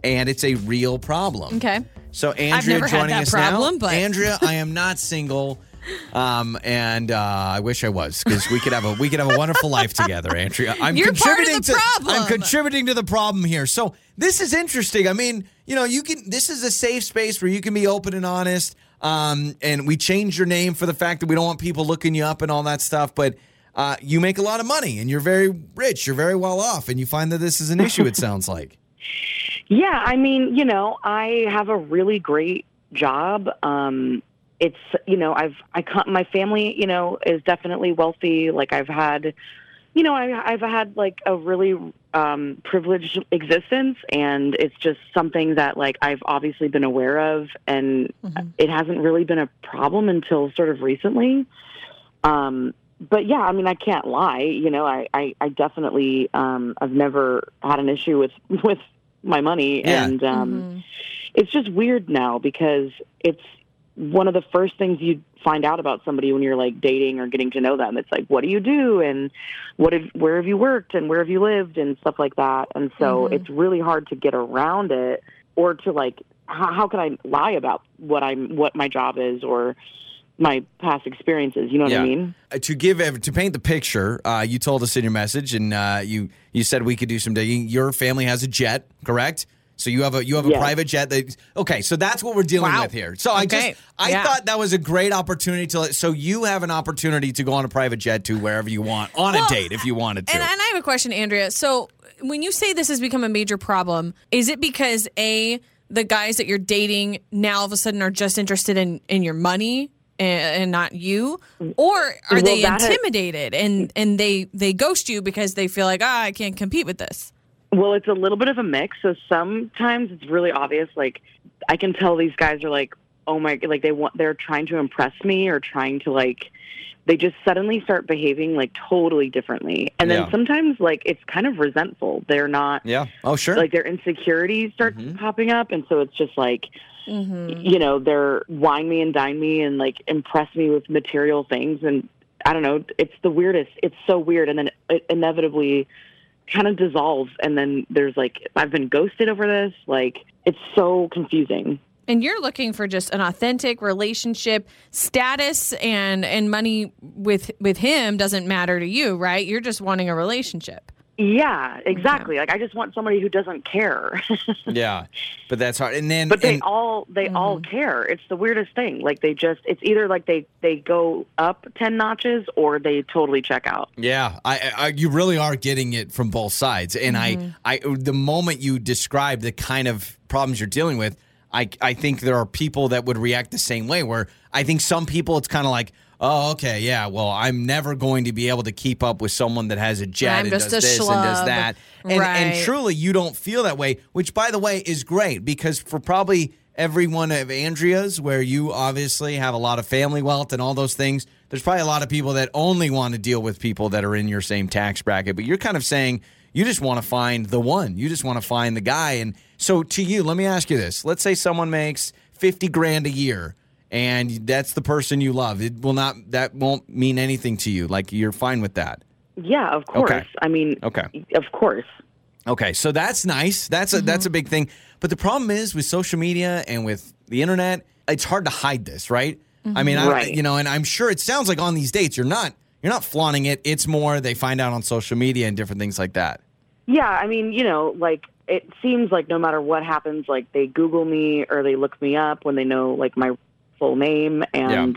and it's a real problem. Okay. So Andrea never had joining that us problem, now. but- Andrea, I am not single. Um, and uh, I wish I was because we could have a we could have a wonderful life together, Andrea. I'm You're part of contributing to the problem. I'm contributing to the problem here. So this is interesting. I mean, you know, you can this is a safe space where you can be open and honest. Um, and we changed your name for the fact that we don't want people looking you up and all that stuff, but uh, you make a lot of money and you're very rich, you're very well off, and you find that this is an issue, it sounds like. Yeah, I mean, you know, I have a really great job. Um, it's you know, I've I can't, my family, you know, is definitely wealthy. Like I've had, you know, I, I've had like a really um, privileged existence, and it's just something that like I've obviously been aware of, and it hasn't really been a problem until sort of recently. Um, but yeah, I mean, I can't lie. You know, I, I, I definitely um, I've never had an issue with with my money, Yeah. Um, Mm-hmm. and um, it's just weird now because it's one of the first things you find out about somebody when you're like dating or getting to know them. It's like, what do you do, and what have, where have you worked, and where have you lived, and stuff like that. And so Mhm. it's really hard to get around it, or to like, how, how can I lie about what I'm, what my job is, or my past experiences? You know what Yeah. I mean? Uh, to give ev- to paint the picture, uh, you told us in your message, and uh, you you said we could do some digging. Your family has a jet, correct? So you have a you have a Yes. private jet. That, okay, so that's what we're dealing Wow. with here. So I Okay. just I Yeah. thought that was a great opportunity to. let- So you have an opportunity to go on a private jet to wherever you want on Well, a date if you wanted to. And, and I have a question, Andrea. So when you say this has become a major problem, is it because a the guys that you're dating now all of a sudden are just interested in in your money and, and not you, or are Well, they that- intimidated and and they they ghost you because they feel like ah I can't compete with this? Well, it's a little bit of a mix. So sometimes it's really obvious. Like I can tell these guys are like, oh my, like they want, they're trying to impress me or trying to like, they just suddenly start behaving like totally differently. And then Yeah. sometimes like it's kind of resentful. They're not yeah. Oh sure. like their insecurities start Mhm. popping up, and so it's just like Mm-hmm. you know they're wine me and dine me and like impress me with material things and i don't know it's the weirdest it's so weird and then it inevitably kind of dissolves and then there's like i've been ghosted over this like it's so confusing And you're looking for just an authentic relationship, status and and money with with him doesn't matter to you, right? You're just wanting a relationship. yeah exactly like i just want somebody who doesn't care yeah, but that's hard. And then but they and- all they all care it's the weirdest thing like they just it's either like they they go up 10 notches or they totally check out Yeah, I, I- I you really are getting it from both sides, and Mm-hmm. I, I the moment you describe the kind of problems you're dealing with, I I think there are people that would react the same way. Where I think some people, it's kind of like, oh, okay, yeah, well, I'm never going to be able to keep up with someone that has a jet I'm and just does a this and does schlub. that, and and Right. truly, you don't feel that way. Which, by the way, is great because for probably every one of Andrea's, where you obviously have a lot of family wealth and all those things, there's probably a lot of people that only want to deal with people that are in your same tax bracket. But you're kind of saying you just want to find the one, you just want to find the guy. And so, to you, let me ask you this: Let's say someone makes fifty grand a year. And that's the person you love. It will not. That won't mean anything to you. Like you're fine with that. yeah of course Okay. i mean Okay. of course Okay, so that's nice. That's a that's a big thing. But the problem is with social media and with the internet, it's hard to hide this, right? I mean, I, Right. you know, and I'm sure it sounds like on these dates you're not you're not flaunting it. It's more they find out on social media and different things like that. Yeah, I mean, you know, like it seems like no matter what happens, like they Google me or they look me up when they know like my full name and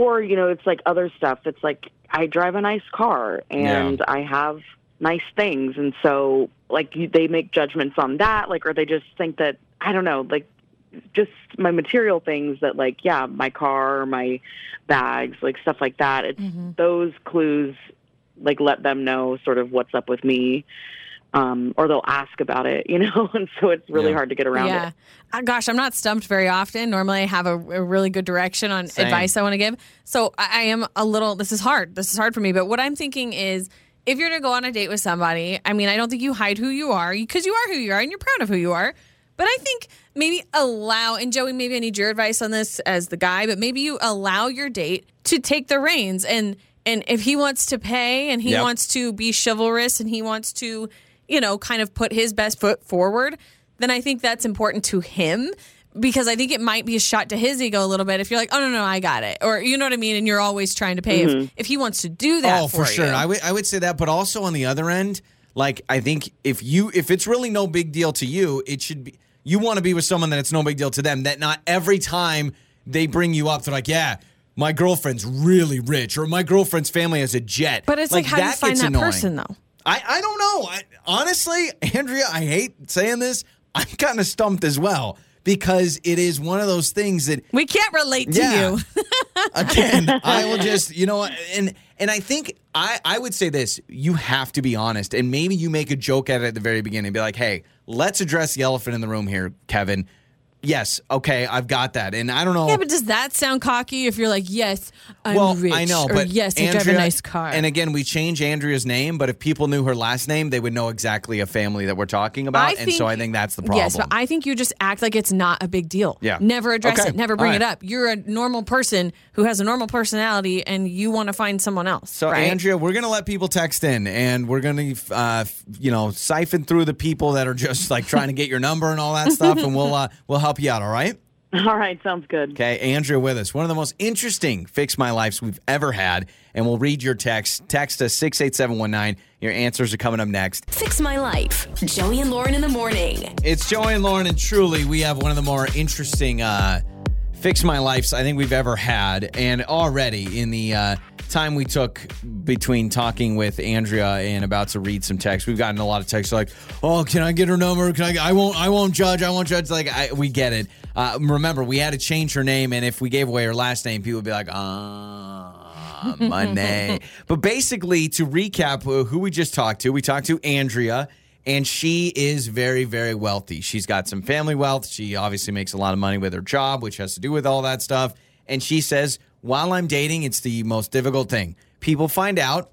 or you know, it's like other stuff. It's like I drive a nice car and I have nice things and so like you, they make judgments on that like or they just think that I don't know, like just my material things that like yeah, my car, my bags, like stuff like that. It's those clues like let them know sort of what's up with me um, or they'll ask about it, you know, and so it's really Yeah. hard to get around yeah. it. Uh, gosh, I'm not stumped very often. Normally, I have a, a really good direction on Same. advice I want to give. So I, I am a little, this is hard. This is hard for me. But what I'm thinking is if you're going to go on a date with somebody, I mean, I don't think you hide who you are because you are who you are and you're proud of who you are. But I think maybe allow, and Joey, maybe I need your advice on this as the guy, but maybe you allow your date to take the reins. And, and if he wants to pay and he Yep. wants to be chivalrous and he wants to, you know, kind of put his best foot forward, then I think that's important to him because I think it might be a shot to his ego a little bit if you're like, oh, no, no, I got it. Or you know what I mean? And you're always trying to pay if, if he wants to do that. oh, for, sure. you. I would I would say that, but also on the other end, like I think if you if it's really no big deal to you, it should be you want to be with someone that it's no big deal to them. That not every time they bring you up, they're like, yeah. My girlfriend's really rich, or my girlfriend's family has a jet. but it's like, how do you find gets that annoying. person, though? I, I don't know. I, honestly, Andrea, I hate saying this. I'm kind of stumped as well because it is one of those things that We can't relate to Yeah. you. again i will just you know and and i think i i would say this you have to be honest and maybe you make a joke at it at the very beginning be like hey let's address the elephant in the room here kevin yes okay i've got that and i don't know yeah, but does that sound cocky if you're like, yes, I'm well, rich. I know, or but yes, I drive a Andrea- nice car. And again, we change Andrea's name, but if people knew her last name, they would know exactly a family that we're talking about. I and think- so I think that's the problem. Yes, but I think you just act like it's not a big deal. Yeah. Never address Okay. it. Never bring All it right. up. You're a normal person who has a normal personality, and you want to find someone else. So right? Andrea, we're gonna let people text in, and we're gonna, uh, f- you know, siphon through the people that are just like trying to get your number and all that stuff, and we'll uh, we'll help you out. All right? All right, sounds good. Okay, Andrea, with us. One of the most interesting fix my lives we've ever had, and we'll read your text. Text us six eight seven one nine. Your answers are coming up next. Fix My Life. Joey and Lauren in the morning. It's Joey and Lauren, and truly, we have one of the more interesting uh, fix my lives I think we've ever had. And already in the uh, time we took between talking with Andrea and about to read some texts, we've gotten a lot of texts like, "Oh, can I get her number? Can I? I won't. I won't judge. I won't judge." Like, I, we get it. Uh, remember, we had to change her name, and if we gave away her last name, people would be like, "Ah." Money. but basically, to recap uh, who we just talked to, we talked to Andrea and she is very very wealthy she's got some family wealth she obviously makes a lot of money with her job which has to do with all that stuff and she says while i'm dating it's the most difficult thing people find out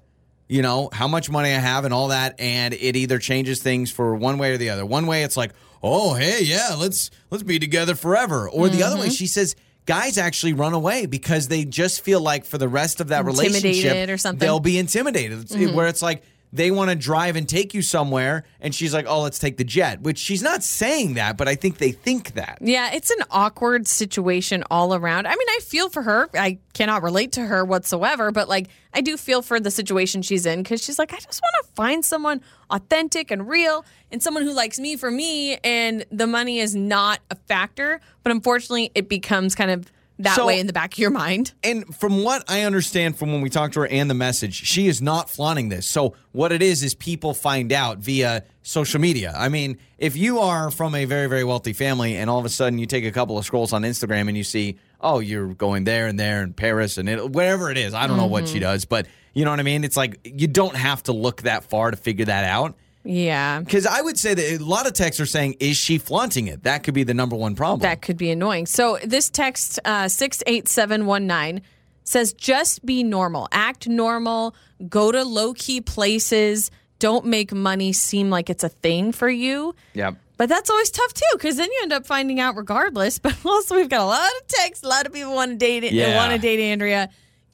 you know how much money i have and all that and it either changes things for one way or the other one way it's like oh hey yeah let's let's be together forever or the Mm-hmm. other way she says guys actually run away because they just feel like for the rest of that relationship Intimidated or something. Mm-hmm. they'll be intimidated It's- where it's like they want to drive and take you somewhere and she's like oh let's take the jet which she's not saying that but i think they think that Yeah, it's an awkward situation all around. I mean, I feel for her. I cannot relate to her whatsoever, but like, I do feel for the situation she's in because she's like, I just want to find someone authentic and real and someone who likes me for me. And the money is not a factor, but unfortunately, it becomes kind of that So- way in the back of your mind. and from what I understand from when we talked to her and the message, she is not flaunting this. So what it is is people find out via social media. I mean, if you are from a very very wealthy family and all of a sudden you take a couple of scrolls on Instagram and you see, oh, you're going there and there in Paris and it, wherever it is, I don't know what she does, but you know what I mean. It's like you don't have to look that far to figure that out. Yeah. Because I would say that a lot of texts are saying, is she flaunting it? That could be the number one problem. That could be annoying. So this text uh, six eight seven one nine says, "Just be normal. Act normal. Go to low key places. Don't make money seem like it's a thing for you." yep. But that's always tough too, because then you end up finding out regardless. But also, we've got a lot of texts. A lot of people want to date it. Yeah. want to date Andrea.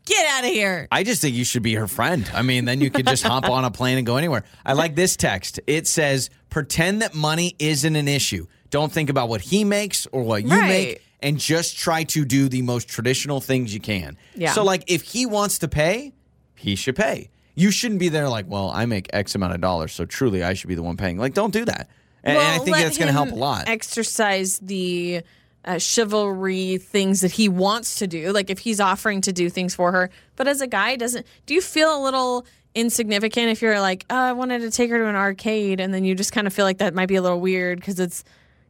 Get out of here. I just think you should be her friend. I mean, then you could just hop on a plane and go anywhere. I like this text. It says, pretend that money isn't an issue. Don't think about what he makes or what you Right. make, and just try to do the most traditional things you can. Yeah. So, like, if he wants to pay, he should pay. You shouldn't be there like, well, I make X amount of dollars, so truly I should be the one paying. Like, don't do that. And, and I Well, think let that's going to him help a lot. Exercise the uh, chivalry things that he wants to do. Like if he's offering to do things for her, but as a guy, doesn't do you feel a little insignificant if you're like, oh, I wanted to take her to an arcade, and then you just kind of feel like that might be a little weird because it's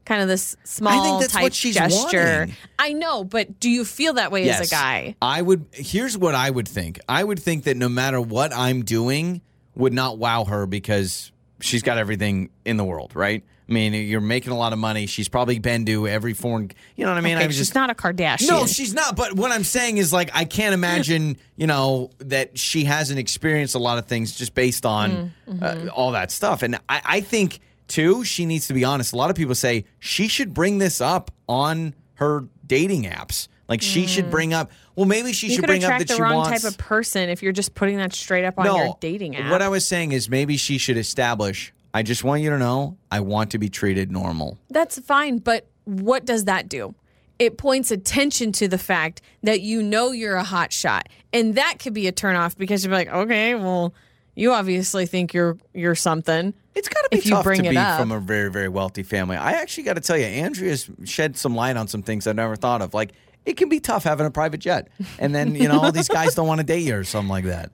kind of this small that's type what she's gesture. wanting. I know, but do you feel that way as a guy? I would. Here's what I would think. I would think that no matter what I'm doing, would not wow her because she's got everything in the world, right? I mean, you're making a lot of money. She's probably been to every foreign. You know what I mean? Okay, I was she's just not a Kardashian. no, she's not. But what I'm saying is, like, I can't imagine, you know, that she hasn't experienced a lot of things just based on Mm-hmm. uh, all that stuff. And I, I think, too, she needs to be honest. A lot of people say she should bring this up on her dating apps. Like, she should bring up, well, maybe she Mm. you should could bring up that attract the she wrong wants. type of person if you're just putting that straight up on your dating app. What I was saying is maybe she should establish. I just want you to know I want to be treated normal. That's fine, but what does that do? It points attention to the fact that you know you're a hot shot, and that could be a turnoff because you're like, okay, well, you obviously think you're you're something. It's got to be If you tough bring to it be up. from a very, very wealthy family. I actually got to tell you, Andrea's shed some light on some things I never thought of. Like, it can be tough having a private jet, and then you know all these guys don't want to date you or something like that.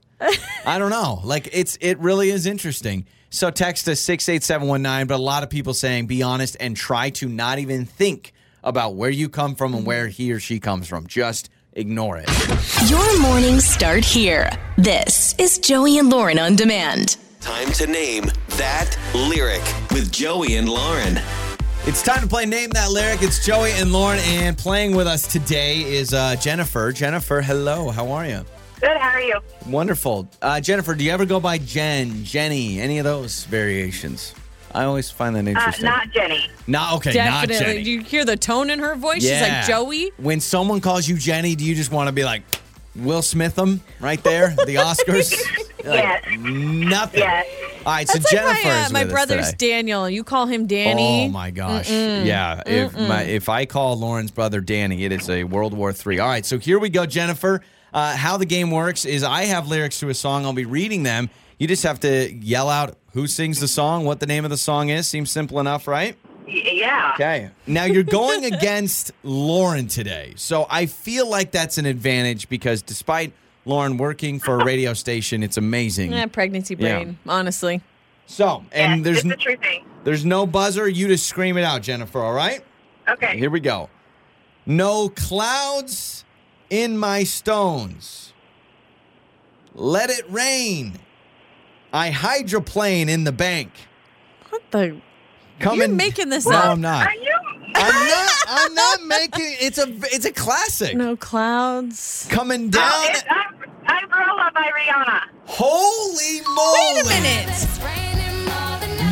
I don't know. Like, it's it really is interesting. So text us six eight seven one nine. But a lot of people saying, be honest and try to not even think about where you come from and where he or she comes from. Just ignore it. Your mornings start here. This is Joey and Lauren on demand. Time to name that lyric with Joey and Lauren. It's time to play Name That Lyric. It's Joey and Lauren, and playing with us today is uh, Jennifer. Jennifer, hello. How are you? Good. How are you? Wonderful. Uh, Jennifer, do you ever go by Jen, Jenny, any of those variations? I always find that Uh, interesting. not Jenny. Not- okay, not Definitely. Jenny. Do you hear the tone in her voice? She's Yeah. like, Joey? When someone calls you Jenny, do you just want to be like Will Smith them right there, the Oscars? Yes. Like, nothing. Yes. All right, That's so like Jennifer my, uh, is my with us brother's today. Daniel. You call him Danny. Oh my gosh! Yeah, if my if I call Lauren's brother Danny, it is a World War Three. All right, so here we go, Jennifer. Uh, how the game works is I have lyrics to a song. I'll be reading them. You just have to yell out who sings the song, what the name of the song is. Seems simple enough, right? Y- yeah. Okay. Now you're going against Lauren today. So I feel like that's an advantage because despite Lauren working for a radio station, it's amazing. Eh, pregnancy brain, honestly. So, yes, and Mm, there's it's the true thing. there's no buzzer. You just scream it out, Jennifer, all right? Okay. Here we go. No clouds in my stones. Let it rain. I hydroplane in the bank. What the? Come You're and- making this no, up. I'm not. Are you? I'm not. I'm not making. It's a. It's a classic. No clouds. Coming down. Oh, it's I, Umbrella by Rihanna. Holy moly!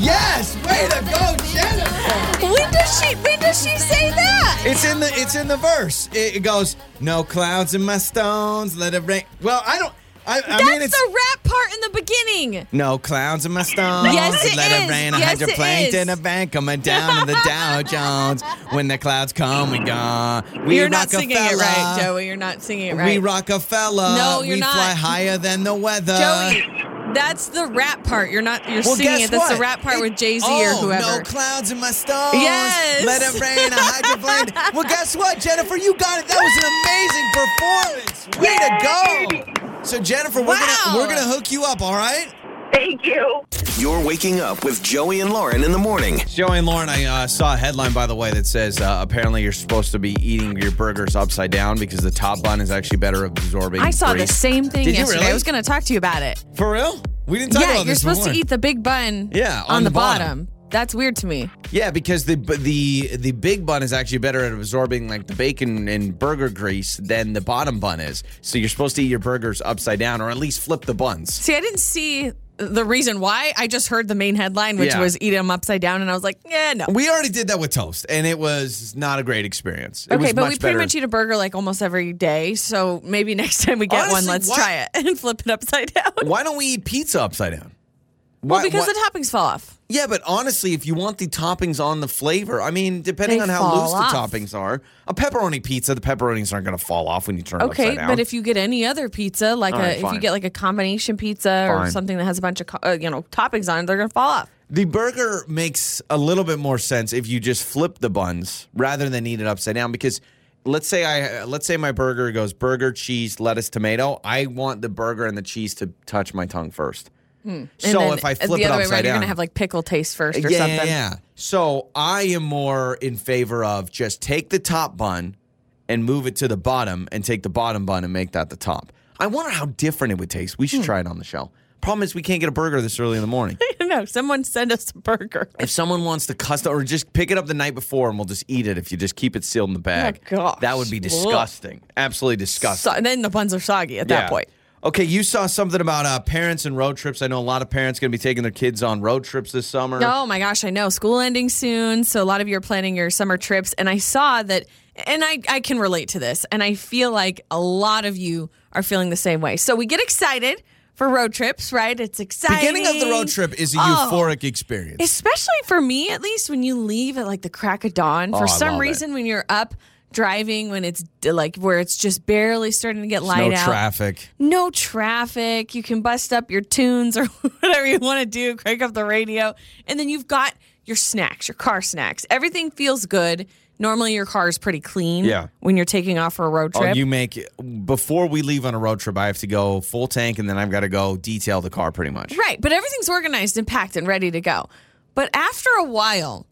Yes, way to go, Jennifer. When does she? When does she say that? It's in the it's in the verse. It, it goes, no clouds in my stones, let it rain. Well, I don't. I, I That's mean, it's the rap part in the beginning. no clouds in my stones. Yes, it let is. it rain. I Yes, had your it plane to is. the bank, coming down to the Dow Jones. When the clouds come and go, we You're not singing it right, Rockefeller. Joey. You're not singing it We right. Rockefeller. No, you're we not. fly higher than the weather. Joey, that's the rap part. You're not. You're Well, singing guess it. That's what? the rap part It- with Jay Z oh, or whoever. No clouds in my stones. Yes. Let it rain. I hydroplane. well, guess what, Jennifer? You got it. That was an amazing performance. Way to go. So, Jennifer, we're gonna Wow. we're gonna hook you up. All right. Thank you. You're waking up with Joey and Lauren in the morning. Joey and Lauren, I uh, saw a headline, by the way, that says uh, apparently you're supposed to be eating your burgers upside down because the top bun is actually better absorbing. I saw the grease. same thing Did you yesterday. really? I was going to talk to you about it. For real? We didn't talk yeah, about you're this supposed before. to eat the big bun. Yeah, on, the, bottom. bottom. That's weird to me. Yeah, because the but the the big bun is actually better at absorbing like the bacon and burger grease than the bottom bun is. So you're supposed to eat your burgers upside down, or at least flip the buns. See, I didn't see the reason why. I just heard the main headline, which Yeah. was "Eat 'em upside down," and I was like, "Yeah, no." We already did that with toast, and it was not a great experience. It okay, was but much we pretty better. much eat a burger like almost every day, so maybe next time we get Honestly, one, let's why- try it and flip it upside down. Why don't we eat pizza upside down? well, Why- because why- the toppings fall off. yeah, but honestly, if you want the toppings on the flavor, I mean, depending They on how fall loose off. the toppings are, a pepperoni pizza, the pepperonis aren't going to fall off when you turn it Okay, upside down. but if you get any other pizza, like All right, a, if fine. you get like a combination pizza or Fine. something that has a bunch of co- uh, you know toppings on it, they're gonna fall off. The burger makes a little bit more sense if you just flip the buns rather than eat it upside down because let's say I let's say my burger goes burger, cheese, lettuce, tomato. I want the burger and the cheese to touch my tongue first. Hmm. And So then if I the flip it other way upside down, around, you're gonna have like pickle taste first or yeah, something. yeah, yeah. So I am more in favor of just take the top bun and move it to the bottom and take the bottom bun and make that the top. I wonder how different it would taste. We should Hmm. try it on the show. Problem is we can't get a burger this early in the morning. no, someone send us a burger. If someone wants to custom or just pick it up the night before and we'll just eat it if you just keep it sealed in the bag. Oh, gosh. That would be Ugh. disgusting. Absolutely disgusting. So, and then the buns are soggy at Yeah. that point. Okay, you saw something about uh, parents and road trips. I know a lot of parents going to be taking their kids on road trips this summer. Oh my gosh, I know. School ending soon, so a lot of you are planning your summer trips. And I saw that, and I, I can relate to this, and I feel like a lot of you are feeling the same way. So we get excited for road trips, right? It's exciting. Beginning of the road trip is a Oh. euphoric experience. Especially for me, at least when you leave at like the crack of dawn. Oh, I For love some it. reason, when you're up driving, when it's d- like where it's just barely starting to get no light out, traffic. no traffic. You can bust up your tunes or whatever you want to do, crank up the radio. And then you've got your snacks, your car snacks. Everything feels good. Normally, your car is pretty clean Yeah. when you're taking off for a road Oh, trip. you make before we leave on a road trip. I have to go full tank, and then I've got to go detail the car pretty much. right. But everything's organized and packed and ready to go. But after a while,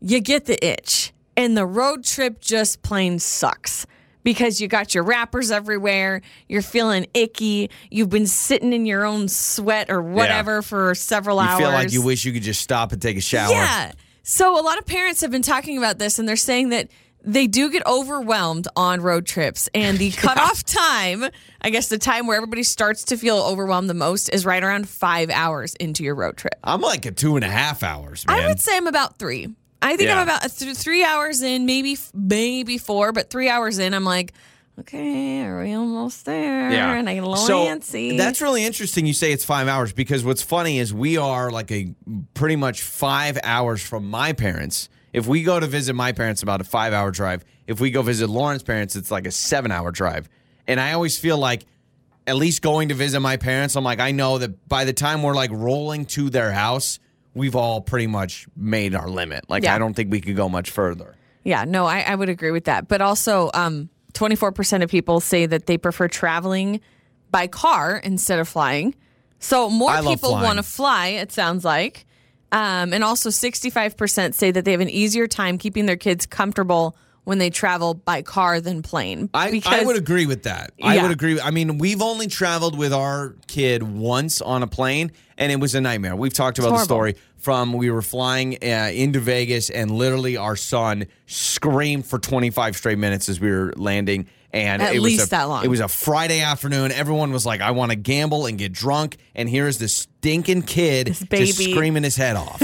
you get the itch, and the road trip just plain sucks. Because you got your wrappers everywhere, you're feeling icky, you've been sitting in your own sweat or whatever for several You hours. feel like you wish you could just stop and take a shower. Yeah. So a lot of parents have been talking about this, and they're saying that they do get overwhelmed on road trips, and the cutoff time, I guess, the time where everybody starts to feel overwhelmed the most is right around five hours into your road trip. I'm like at two and a half hours, man. I would say I'm about three. I think Yeah. I'm about th- three hours in, maybe maybe four, but three hours in, I'm like, okay, are we almost there? And I get a little So, antsy. That's really interesting. You say it's five hours because what's funny is we are like a pretty much five hours from my parents. If we go to visit my parents, about a five hour drive. If we go visit Lauren's parents, it's like a seven hour drive. And I always feel like at least going to visit my parents, I'm like, I know that by the time we're like rolling to their house, we've all pretty much made our limit. Like, Yeah. I don't think we could go much further. Yeah, no, I, I would agree with that. But also, um, 24% of people say that they prefer traveling by car instead of flying. So more I love people flying. want to fly, it sounds like. Um, and also, 65% say that they have an easier time keeping their kids comfortable when they travel by car than plane. I, I would agree with that. I Yeah. would agree. I mean, we've only traveled with our kid once on a plane, and it was a nightmare. We've talked about the horrible. story from we were flying uh, into Vegas, and literally our son screamed for 25 straight minutes as we were landing. And At it was least a, that long. It was a Friday afternoon. Everyone was like, "I want to gamble and get drunk," and here is this stinking kid just baby. screaming his head off.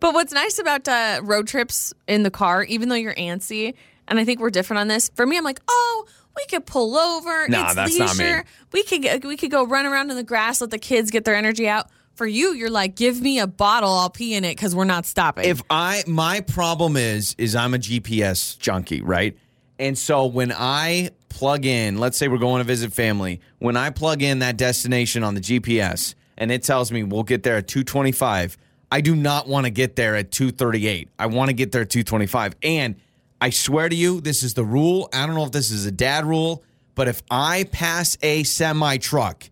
But what's nice about uh, road trips in the car, even though you're antsy, and I think we're different on this. For me, I'm like, oh, we could pull over. Nah, it's that's leisure. not me. We could get- we could go run around in the grass, let the kids get their energy out. For you, you're like, give me a bottle, I'll pee in it because we're not stopping. if I my problem is is I'm a GPS junkie, right? And so when I plug in, let's say we're going to visit family, when I plug in that destination on the GPS and it tells me we'll get there at 225, I do not want to get there at 238. I want to get there at 225. And I swear to you, this is the rule. I don't know if this is a dad rule, but if I pass a semi truck,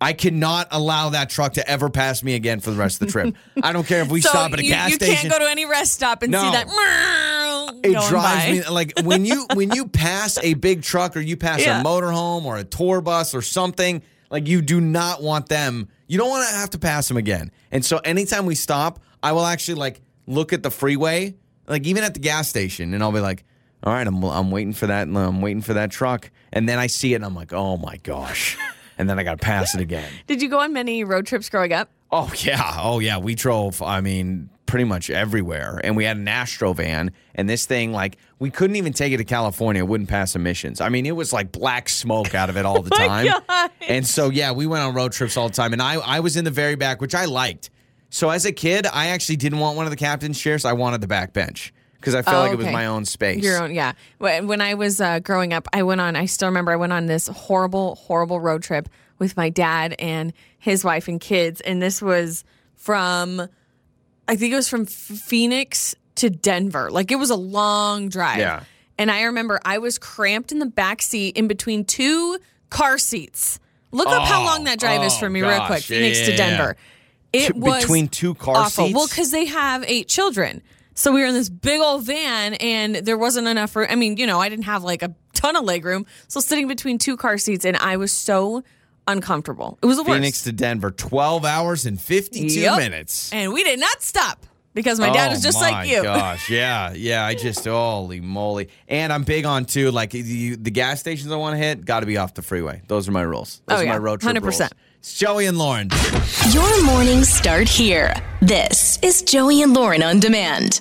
I cannot allow that truck to ever pass me again for the rest of the trip. I don't care if we so stop at a you, gas you station. can't go to any rest stop and No. see that. it going drives by. me like when you when you pass a big truck or you pass Yeah. a motorhome or a tour bus or something like you do not want them. You don't want to have to pass them again. And so anytime we stop, I will actually like look at the freeway, like even at the gas station, and I'll be like, "All right, I'm I'm waiting for that. I'm waiting for that truck." And then I see it, and I'm like, "Oh my gosh!" And then I got to pass it again. Did you go on many road trips growing up? Oh yeah, oh yeah. We drove. I mean, pretty much everywhere, and we had an Astro van, and this thing like we couldn't even take it to California. It wouldn't pass emissions. I mean, it was like black smoke out of it all the time. Oh gosh. And so yeah, we went on road trips all the time, and I I was in the very back, which I liked. So as a kid, I actually didn't want one of the captain's chairs. I wanted the back bench because I felt Oh, like it was okay. my own space. Your own, yeah. When when I was uh, growing up, I went on. I still remember I went on this horrible, horrible road trip with my dad and his wife and kids, and this was from, I think it was from F- Phoenix to Denver. Like it was a long drive. Yeah. And I remember I was cramped in the back seat in between two car seats. Look up how Oh, long that drive is oh, for me, real gosh. quick. Yeah, Phoenix yeah, to yeah. Denver. It Two- was between two car awful. seats? Well, because they have eight children. So we were in this big old van, and there wasn't enough room. I mean, you know, I didn't have like a ton of leg room. So sitting between two car seats, and I was so uncomfortable. It was the Phoenix worst. to Denver, twelve hours and fifty-two Yep. minutes. And we did not stop because my dad was just like you. Oh my gosh, yeah, yeah. I just holy moly. And I'm big on too, like the, the gas stations I want to hit, got to be off the freeway. Those are my rules. Those Oh, are my yeah. road trip 100%. 100%. It's Joey and Lauren. Your mornings start here. This is Joey and Lauren on demand.